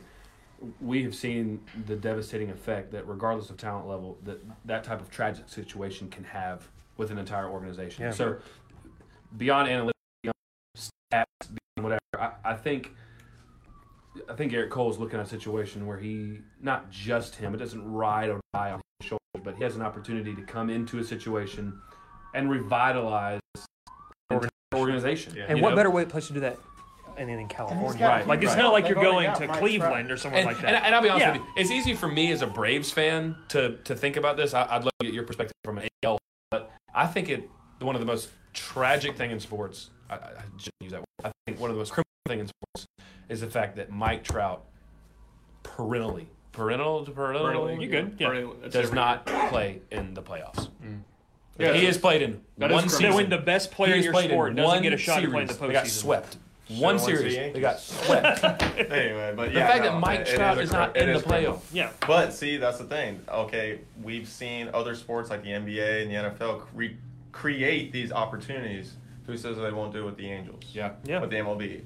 Speaker 3: We have seen the devastating effect that, regardless of talent level, that that type of tragic situation can have with an entire organization.
Speaker 10: Yeah.
Speaker 3: So, beyond analytics, beyond stats, beyond whatever, I, I think I think Eric Cole is looking at a situation where he, not just him, it doesn't ride or die on his shoulders, but he has an opportunity to come into a situation and revitalize the entire organization.
Speaker 1: and
Speaker 3: you
Speaker 1: what
Speaker 3: know?
Speaker 1: better way place to do that? And in California,
Speaker 3: got- Right,
Speaker 1: Like it's
Speaker 3: right.
Speaker 1: not like you're
Speaker 3: They've already
Speaker 1: going
Speaker 3: got
Speaker 1: to
Speaker 3: Mike
Speaker 1: Cleveland or somewhere
Speaker 3: and,
Speaker 1: like that.
Speaker 3: And, and I'll be honest
Speaker 1: Yeah.
Speaker 3: with you, it's easy for me as a Braves fan to to think about this. I, I'd love to get your perspective from an AL, but I think it one of the most tragic thing in sports. I, I I shouldn't use that word. I think one of the most criminal thing in sports is the fact that Mike Trout perennially, parental to parental,
Speaker 5: Perennially,
Speaker 3: you
Speaker 5: yeah.
Speaker 3: good? Yeah.
Speaker 5: Perennially, that's
Speaker 3: does
Speaker 5: every-
Speaker 3: not play in the playoffs.
Speaker 1: Mm. Yeah,
Speaker 3: he
Speaker 1: so-
Speaker 3: has played in
Speaker 1: That is
Speaker 3: one
Speaker 1: correct.
Speaker 3: season.
Speaker 1: So when the best player
Speaker 3: He
Speaker 1: in
Speaker 3: has
Speaker 1: your
Speaker 3: played
Speaker 1: sport doesn't
Speaker 3: one
Speaker 1: get a shot to play in
Speaker 3: series.
Speaker 1: the
Speaker 3: They got
Speaker 1: postseason.
Speaker 3: swept.
Speaker 1: Should've
Speaker 3: One
Speaker 1: went to the
Speaker 3: series, they
Speaker 1: Yankees.
Speaker 3: got [laughs] swept.
Speaker 9: [laughs] anyway, but
Speaker 3: the
Speaker 9: yeah,
Speaker 3: fact
Speaker 9: no,
Speaker 3: that Mike
Speaker 9: it- it
Speaker 3: Trout
Speaker 9: a
Speaker 3: is not
Speaker 9: cri- it
Speaker 3: in the
Speaker 9: a criminal.
Speaker 3: playoff. Yeah.
Speaker 9: But see, that's the thing. Okay, we've seen other sports like the NBA and the NFL cre- create these opportunities. Who says they won't do it with the Angels? Yeah.
Speaker 1: Yeah.
Speaker 9: With the MLB.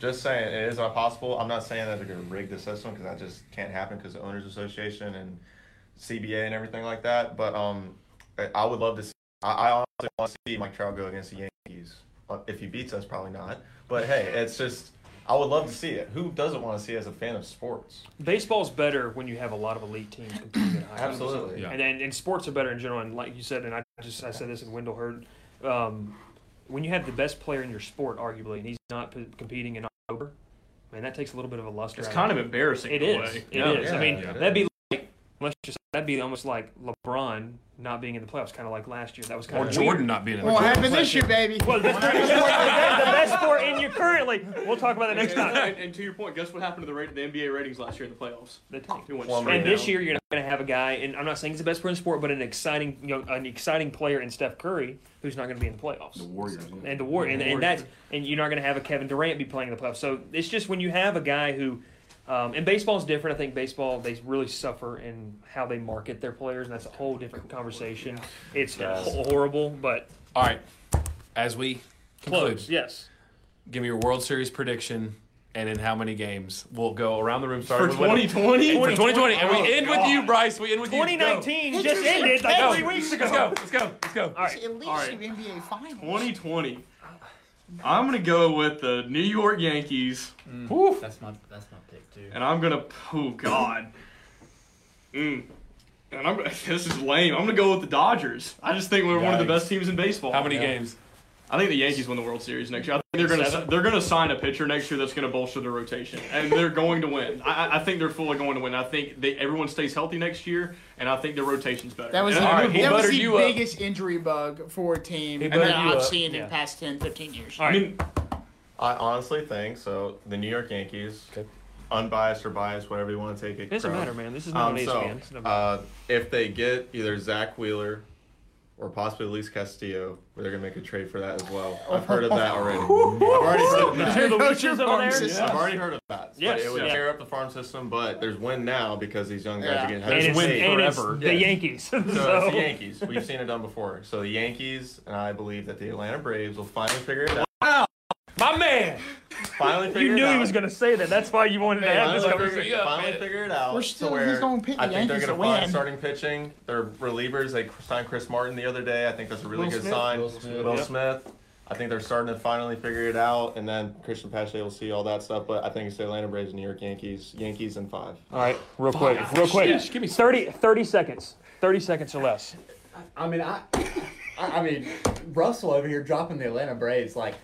Speaker 9: Just saying, it is not possible. I'm not saying that they're going to rig the system because that just can't happen because the owners association and CBA and everything like that. But um, I- I would love to. See, I, I honestly want to see Mike Trout go against the Yankees. Uh, If he beats us, probably not. But hey, it's just I would love to see it. Who doesn't want to see it as a fan of sports?
Speaker 1: Baseball's better when you have a lot of elite teams competing at a high level.
Speaker 9: Absolutely. Yeah.
Speaker 1: And, and and sports are better in general. And like you said, and I just I said this in Wendell Hurd, um, when you have the best player in your sport, arguably, and he's not p- competing in October, man, that takes a little bit of a luster.
Speaker 5: It's
Speaker 1: out
Speaker 5: kind
Speaker 1: it.
Speaker 5: of embarrassing
Speaker 1: It
Speaker 5: in
Speaker 1: is.
Speaker 5: a
Speaker 1: It
Speaker 5: way.
Speaker 1: is.
Speaker 5: Yeah.
Speaker 1: I
Speaker 5: Yeah.
Speaker 1: mean,
Speaker 5: Yeah.
Speaker 1: that'd be like let's just that'd be almost like LeBron not being in the playoffs, kind of like last year. That was kind
Speaker 3: Or
Speaker 1: of
Speaker 3: Jordan not being in the
Speaker 4: Won't
Speaker 3: playoffs.
Speaker 4: happen this year, baby.
Speaker 1: Well, that's [laughs] the best sport in you currently. We'll talk about that next
Speaker 5: And,
Speaker 1: time.
Speaker 5: and to your point, guess what happened to the, rate, the NBA ratings last year in the playoffs?
Speaker 1: They
Speaker 5: went straight
Speaker 1: And this
Speaker 5: down.
Speaker 1: year, you're not going to have a guy, and I'm not saying he's the best player in sport, but an exciting, you know, an exciting player in Steph Curry who's not going to be in the playoffs. The
Speaker 3: Warriors,
Speaker 1: and the war, and,
Speaker 3: Warriors.
Speaker 1: and that's, and you're not going to have a Kevin Durant be playing in the playoffs. So it's just when you have a guy who, um, and baseball's different. I think baseball they really suffer in how they market their players, and that's a whole different conversation. It's
Speaker 3: Yes.
Speaker 1: ho- horrible, but
Speaker 3: All right, as we conclude,
Speaker 1: Close, yes.
Speaker 3: Give me your World Series prediction, and in how many games we'll go around the room.
Speaker 5: For
Speaker 3: Starting with Wendell.
Speaker 5: 2020?
Speaker 3: for 2020, and
Speaker 5: Oh,
Speaker 3: we end with
Speaker 5: God.
Speaker 3: you, Bryce. We end with you. Go.
Speaker 1: 2019 just ended like oh,
Speaker 3: Go.
Speaker 1: three weeks ago.
Speaker 3: Let's go. Let's go. Let's go.
Speaker 1: All right.
Speaker 4: At least
Speaker 5: Alright.
Speaker 4: you NBA Finals.
Speaker 5: 2020. I'm gonna go with the New York Yankees,
Speaker 8: Mm, That's my that's my pick too.
Speaker 5: and I'm gonna. Oh God. Mm. And I'm. [laughs] This is lame. I'm gonna go with the Dodgers. I just think we're one of the best teams in baseball.
Speaker 3: How many games?
Speaker 5: I think the Yankees win the World Series next year. I think they're gonna
Speaker 3: Seven?
Speaker 5: they're gonna sign a pitcher next year that's gonna bolster the rotation, and they're going to win. I, I- I think they're fully going to win. I think they, everyone stays healthy next year, and I think their rotation's better.
Speaker 4: That was
Speaker 5: And
Speaker 4: the,
Speaker 5: I-
Speaker 4: that was
Speaker 3: buttered
Speaker 4: the
Speaker 3: you up.
Speaker 4: biggest injury bug for a team
Speaker 3: He
Speaker 4: that
Speaker 3: buttered you
Speaker 4: I've
Speaker 3: up.
Speaker 4: seen in
Speaker 1: Yeah.
Speaker 4: the past 10, 15 years.
Speaker 5: I mean,
Speaker 9: I honestly think so. The New York Yankees, unbiased or biased, whatever you want to take it.
Speaker 1: It doesn't
Speaker 9: crowd.
Speaker 1: matter, man. This is not an
Speaker 9: so,
Speaker 1: ESPN. It's not-
Speaker 9: uh, if they get either Zach Wheeler or possibly Luis Castillo, they're gonna make a trade for that as well. I've heard of
Speaker 1: [laughs]
Speaker 9: that [laughs] already. I've already heard of that.
Speaker 1: Two Luises over there.
Speaker 9: Yeah, I've already heard of that.
Speaker 1: Yes,
Speaker 9: but it would
Speaker 1: yeah.
Speaker 9: tear up the farm system. But there's win now because these young guys
Speaker 4: Yeah.
Speaker 9: are getting.
Speaker 1: And
Speaker 9: There's
Speaker 1: it's,
Speaker 9: win
Speaker 1: and it's
Speaker 9: forever.
Speaker 1: the
Speaker 9: Yes.
Speaker 1: Yankees. [laughs] So,
Speaker 9: So it's the Yankees. We've seen it done before. So the Yankees and I believe that the Atlanta Braves will finally figure it out.
Speaker 3: My man.
Speaker 9: Finally figure
Speaker 1: you
Speaker 9: it
Speaker 1: knew
Speaker 9: out.
Speaker 1: he was going to say that. That's why you wanted to have
Speaker 9: finally,
Speaker 1: this
Speaker 9: figure,
Speaker 1: conversation.
Speaker 9: it- finally figure it out.
Speaker 4: We're
Speaker 9: to
Speaker 4: still- he's
Speaker 9: where
Speaker 4: gonna pick the
Speaker 9: I think they're
Speaker 4: Yankees
Speaker 9: gonna
Speaker 4: to
Speaker 9: find
Speaker 4: win.
Speaker 9: starting pitching. They're relievers. They signed Chris Martin the other day. I think that's a really
Speaker 6: Will
Speaker 9: good
Speaker 6: Smith?
Speaker 9: sign.
Speaker 7: Will Smith.
Speaker 9: Will
Speaker 7: Yep.
Speaker 9: Smith. I think they're starting to finally figure it out, and then Christian Pache will see all that stuff. But I think it's the Atlanta Braves, New York Yankees, Yankees in five.
Speaker 1: All right, real quick, real quick.
Speaker 3: Sheesh, give me
Speaker 1: 30, 30 seconds. 30 seconds or less.
Speaker 8: I mean, I, I, I mean, Russell over here dropping the Atlanta Braves. Like,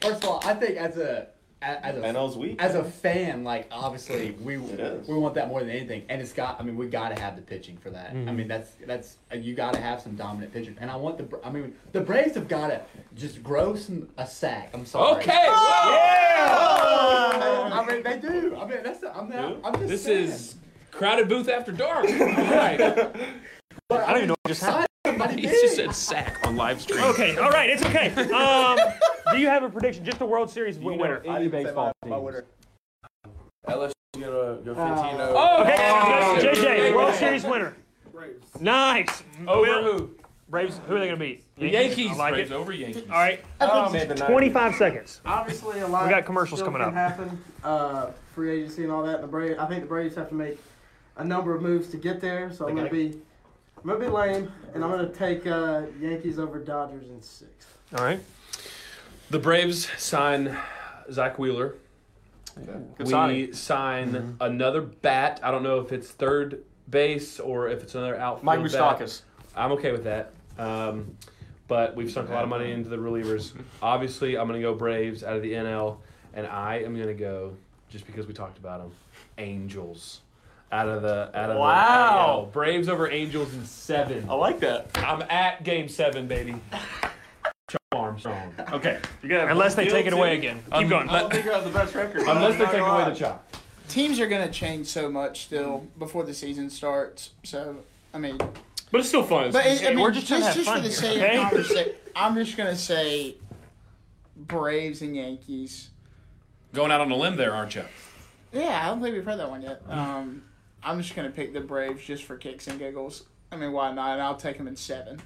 Speaker 8: first of all, I think as a a- as a
Speaker 9: NL's weak.
Speaker 8: as a fan, like obviously we
Speaker 9: is.
Speaker 8: we want that more than anything, and it's got. I mean, we got to have the pitching for that. I mean, that's that's uh, you got to have some dominant pitching, and I want the. Bra- I mean, the Braves have got to just grow some a sack. I'm sorry. Oh,
Speaker 3: Okay.
Speaker 8: I mean, they do. I mean, that's. the- I'm, not, I'm just.
Speaker 3: This
Speaker 8: saying.
Speaker 3: is crowded booth after dark. All right.
Speaker 8: But I don't even know
Speaker 1: what just happened.
Speaker 8: Somebody
Speaker 3: He
Speaker 8: big.
Speaker 3: just said sack on live stream.
Speaker 1: Okay, all right, it's okay.
Speaker 3: [laughs]
Speaker 1: Um, do you have a prediction? Just the World Series win- winner.
Speaker 7: Any baseball teams. LSU gonna go 15 0.
Speaker 1: Okay,
Speaker 3: Oh,
Speaker 1: JJ,
Speaker 3: okay.
Speaker 1: World Series winner.
Speaker 11: Braves.
Speaker 1: Nice.
Speaker 3: Over
Speaker 1: Will-
Speaker 3: who?
Speaker 1: Braves. Who are they going to beat?
Speaker 3: The Yankees.
Speaker 1: I like
Speaker 3: Braves
Speaker 1: it.
Speaker 3: over Yankees.
Speaker 1: All right.
Speaker 2: Um,
Speaker 1: Twenty-five seconds.
Speaker 2: Obviously, a lot.
Speaker 1: We got commercials
Speaker 2: still
Speaker 1: coming up.
Speaker 2: can Happen, uh, free agency and all that. And the Braves, I think the Braves have to make a number of moves to get there. So I'm
Speaker 8: They
Speaker 2: gonna
Speaker 8: gotta-
Speaker 2: be, I'm gonna be lame, and I'm gonna take uh, Yankees over Dodgers in six.
Speaker 1: All right.
Speaker 3: The Braves sign Zach Wheeler. we
Speaker 5: signing.
Speaker 3: sign
Speaker 1: Mm-hmm.
Speaker 3: another bat. I don't know if it's third base or if it's another outfield.
Speaker 5: Mike
Speaker 3: bat.
Speaker 5: Moustakas.
Speaker 3: I'm okay with that. Um, but we've sunk a lot of money into the
Speaker 5: [laughs]
Speaker 3: relievers. Obviously, I'm going to go Braves out of the NL, and I am going to go just because we talked about them. Angels out of the out of
Speaker 5: Wow.
Speaker 3: the NL. Braves over Angels in seven. I
Speaker 5: like that.
Speaker 3: I'm at game seven, baby. Chuck Armstrong.
Speaker 5: Okay. You gotta
Speaker 1: Unless they take it away again. Um,
Speaker 3: Um,
Speaker 1: Keep going.
Speaker 5: I don't think
Speaker 3: uh,
Speaker 5: I have the best record. Unless they take away the
Speaker 3: chop.
Speaker 4: Teams are going to change so much still before the season starts. So, I mean,
Speaker 5: But it's still fun.
Speaker 4: But it, I mean,
Speaker 1: We're just trying to
Speaker 4: it's
Speaker 1: have
Speaker 4: just for the
Speaker 1: fun
Speaker 4: sake
Speaker 1: here,
Speaker 4: of
Speaker 1: okay?
Speaker 4: conversation. I'm just gonna say Braves and Yankees.
Speaker 3: Going out on a limb there, aren't you?
Speaker 4: Yeah, I don't think we've heard that one yet.
Speaker 1: Mm.
Speaker 4: Um, I'm just gonna pick the Braves just for kicks and giggles. I mean, why not? And I'll take them in seven.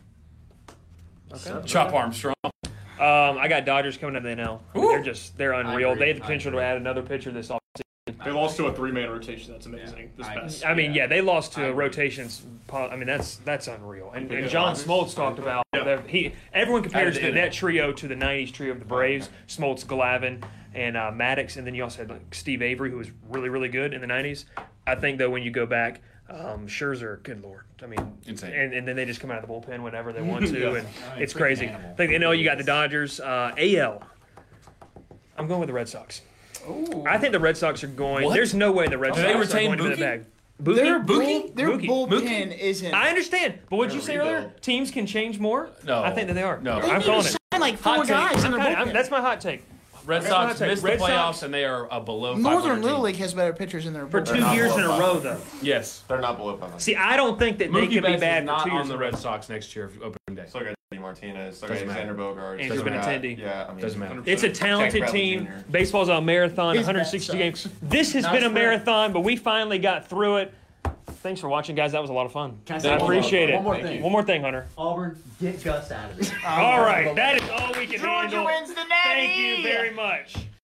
Speaker 3: Chop Armstrong.
Speaker 1: Um, I got Dodgers coming out of the NL. I mean, they're just they're unreal.
Speaker 8: agree.
Speaker 1: They had the potential to add another pitcher this offseason.
Speaker 5: They lost to a three-man rotation. That's amazing. This
Speaker 8: I-
Speaker 5: past.
Speaker 1: I mean, yeah, they lost to a rotations. po- I mean, that's that's unreal. And, and John Smoltz talked about that he. Everyone compares
Speaker 3: Out of the
Speaker 1: the,
Speaker 3: NL.
Speaker 1: that trio to the '90s trio of the Braves: Smoltz, Glavin, and uh, Maddox. And then you also had like Steve Avery, who was really really good in the '90s. I think though, when you go back, um, Scherzer, good lord, I mean,
Speaker 3: Insane.
Speaker 1: And, and then they just come out of the bullpen
Speaker 3: [laughs]
Speaker 1: whenever they want to, and it's crazy. I think the NL, you got the Dodgers. Uh, AL, I'm going with the Red Sox. I think the Red Sox are going.
Speaker 3: What?
Speaker 1: There's no way the Red
Speaker 3: Do
Speaker 1: Sox
Speaker 3: they
Speaker 1: are
Speaker 3: retain
Speaker 1: going to the
Speaker 3: Buki?
Speaker 1: bag. Buki?
Speaker 4: Their bull-
Speaker 1: Buki?
Speaker 4: their
Speaker 1: Buki.
Speaker 4: bullpen isn't.
Speaker 1: I understand, but what did you say
Speaker 5: rebuild.
Speaker 1: earlier? Teams can change more.
Speaker 3: No.
Speaker 1: I think that they are.
Speaker 3: No. They
Speaker 1: I'm
Speaker 4: They
Speaker 1: calling
Speaker 4: just
Speaker 1: it.
Speaker 4: signed like four
Speaker 3: Hot take.
Speaker 4: guys in
Speaker 1: I'm
Speaker 4: their
Speaker 1: kinda- I'm-
Speaker 4: bullpen.
Speaker 1: that's my hot take.
Speaker 3: Red
Speaker 1: That's what I
Speaker 3: Sox
Speaker 1: take.
Speaker 3: missed
Speaker 1: Red
Speaker 3: the playoffs,
Speaker 1: playoffs
Speaker 3: and they are a below. 500
Speaker 4: Northern Little
Speaker 3: team.
Speaker 4: League has better pitchers in their
Speaker 1: for
Speaker 4: bullpen.
Speaker 1: two
Speaker 9: not
Speaker 1: years in
Speaker 9: below
Speaker 1: a row, though.
Speaker 3: Yes.
Speaker 9: They're not below 500.
Speaker 1: See, I don't think that
Speaker 3: Mookie
Speaker 1: they can
Speaker 3: Betts
Speaker 1: be
Speaker 3: is
Speaker 1: bad for
Speaker 3: not
Speaker 1: two years
Speaker 3: on
Speaker 1: in
Speaker 3: the
Speaker 1: a
Speaker 3: Red
Speaker 1: row.
Speaker 3: Sox next year for opening day.
Speaker 9: Still got Eddie Martinez. Still got
Speaker 3: Doesn't matter.
Speaker 9: Xander Bogaerts.
Speaker 1: Andrew
Speaker 9: still got-
Speaker 1: Benintendi.
Speaker 9: Yeah, I mean,
Speaker 3: Doesn't matter.
Speaker 1: It's a talented
Speaker 9: Jack Bradley
Speaker 1: team.
Speaker 9: Jr..
Speaker 1: Baseball's a marathon,
Speaker 4: His bad
Speaker 1: 160
Speaker 4: sucks.
Speaker 1: games. This has
Speaker 4: Not
Speaker 1: been a
Speaker 4: fair.
Speaker 1: marathon, but we finally got through it. Thanks for watching, guys. That was a lot of fun.
Speaker 8: Can I say
Speaker 1: I
Speaker 8: one more-
Speaker 1: appreciate it.
Speaker 8: one more thing?
Speaker 1: One more thing, Hunter.
Speaker 8: Auburn, get Gus out of there. [laughs]
Speaker 1: All right, that is all we can handle.
Speaker 4: Georgia wins the natty.
Speaker 1: Thank you very much.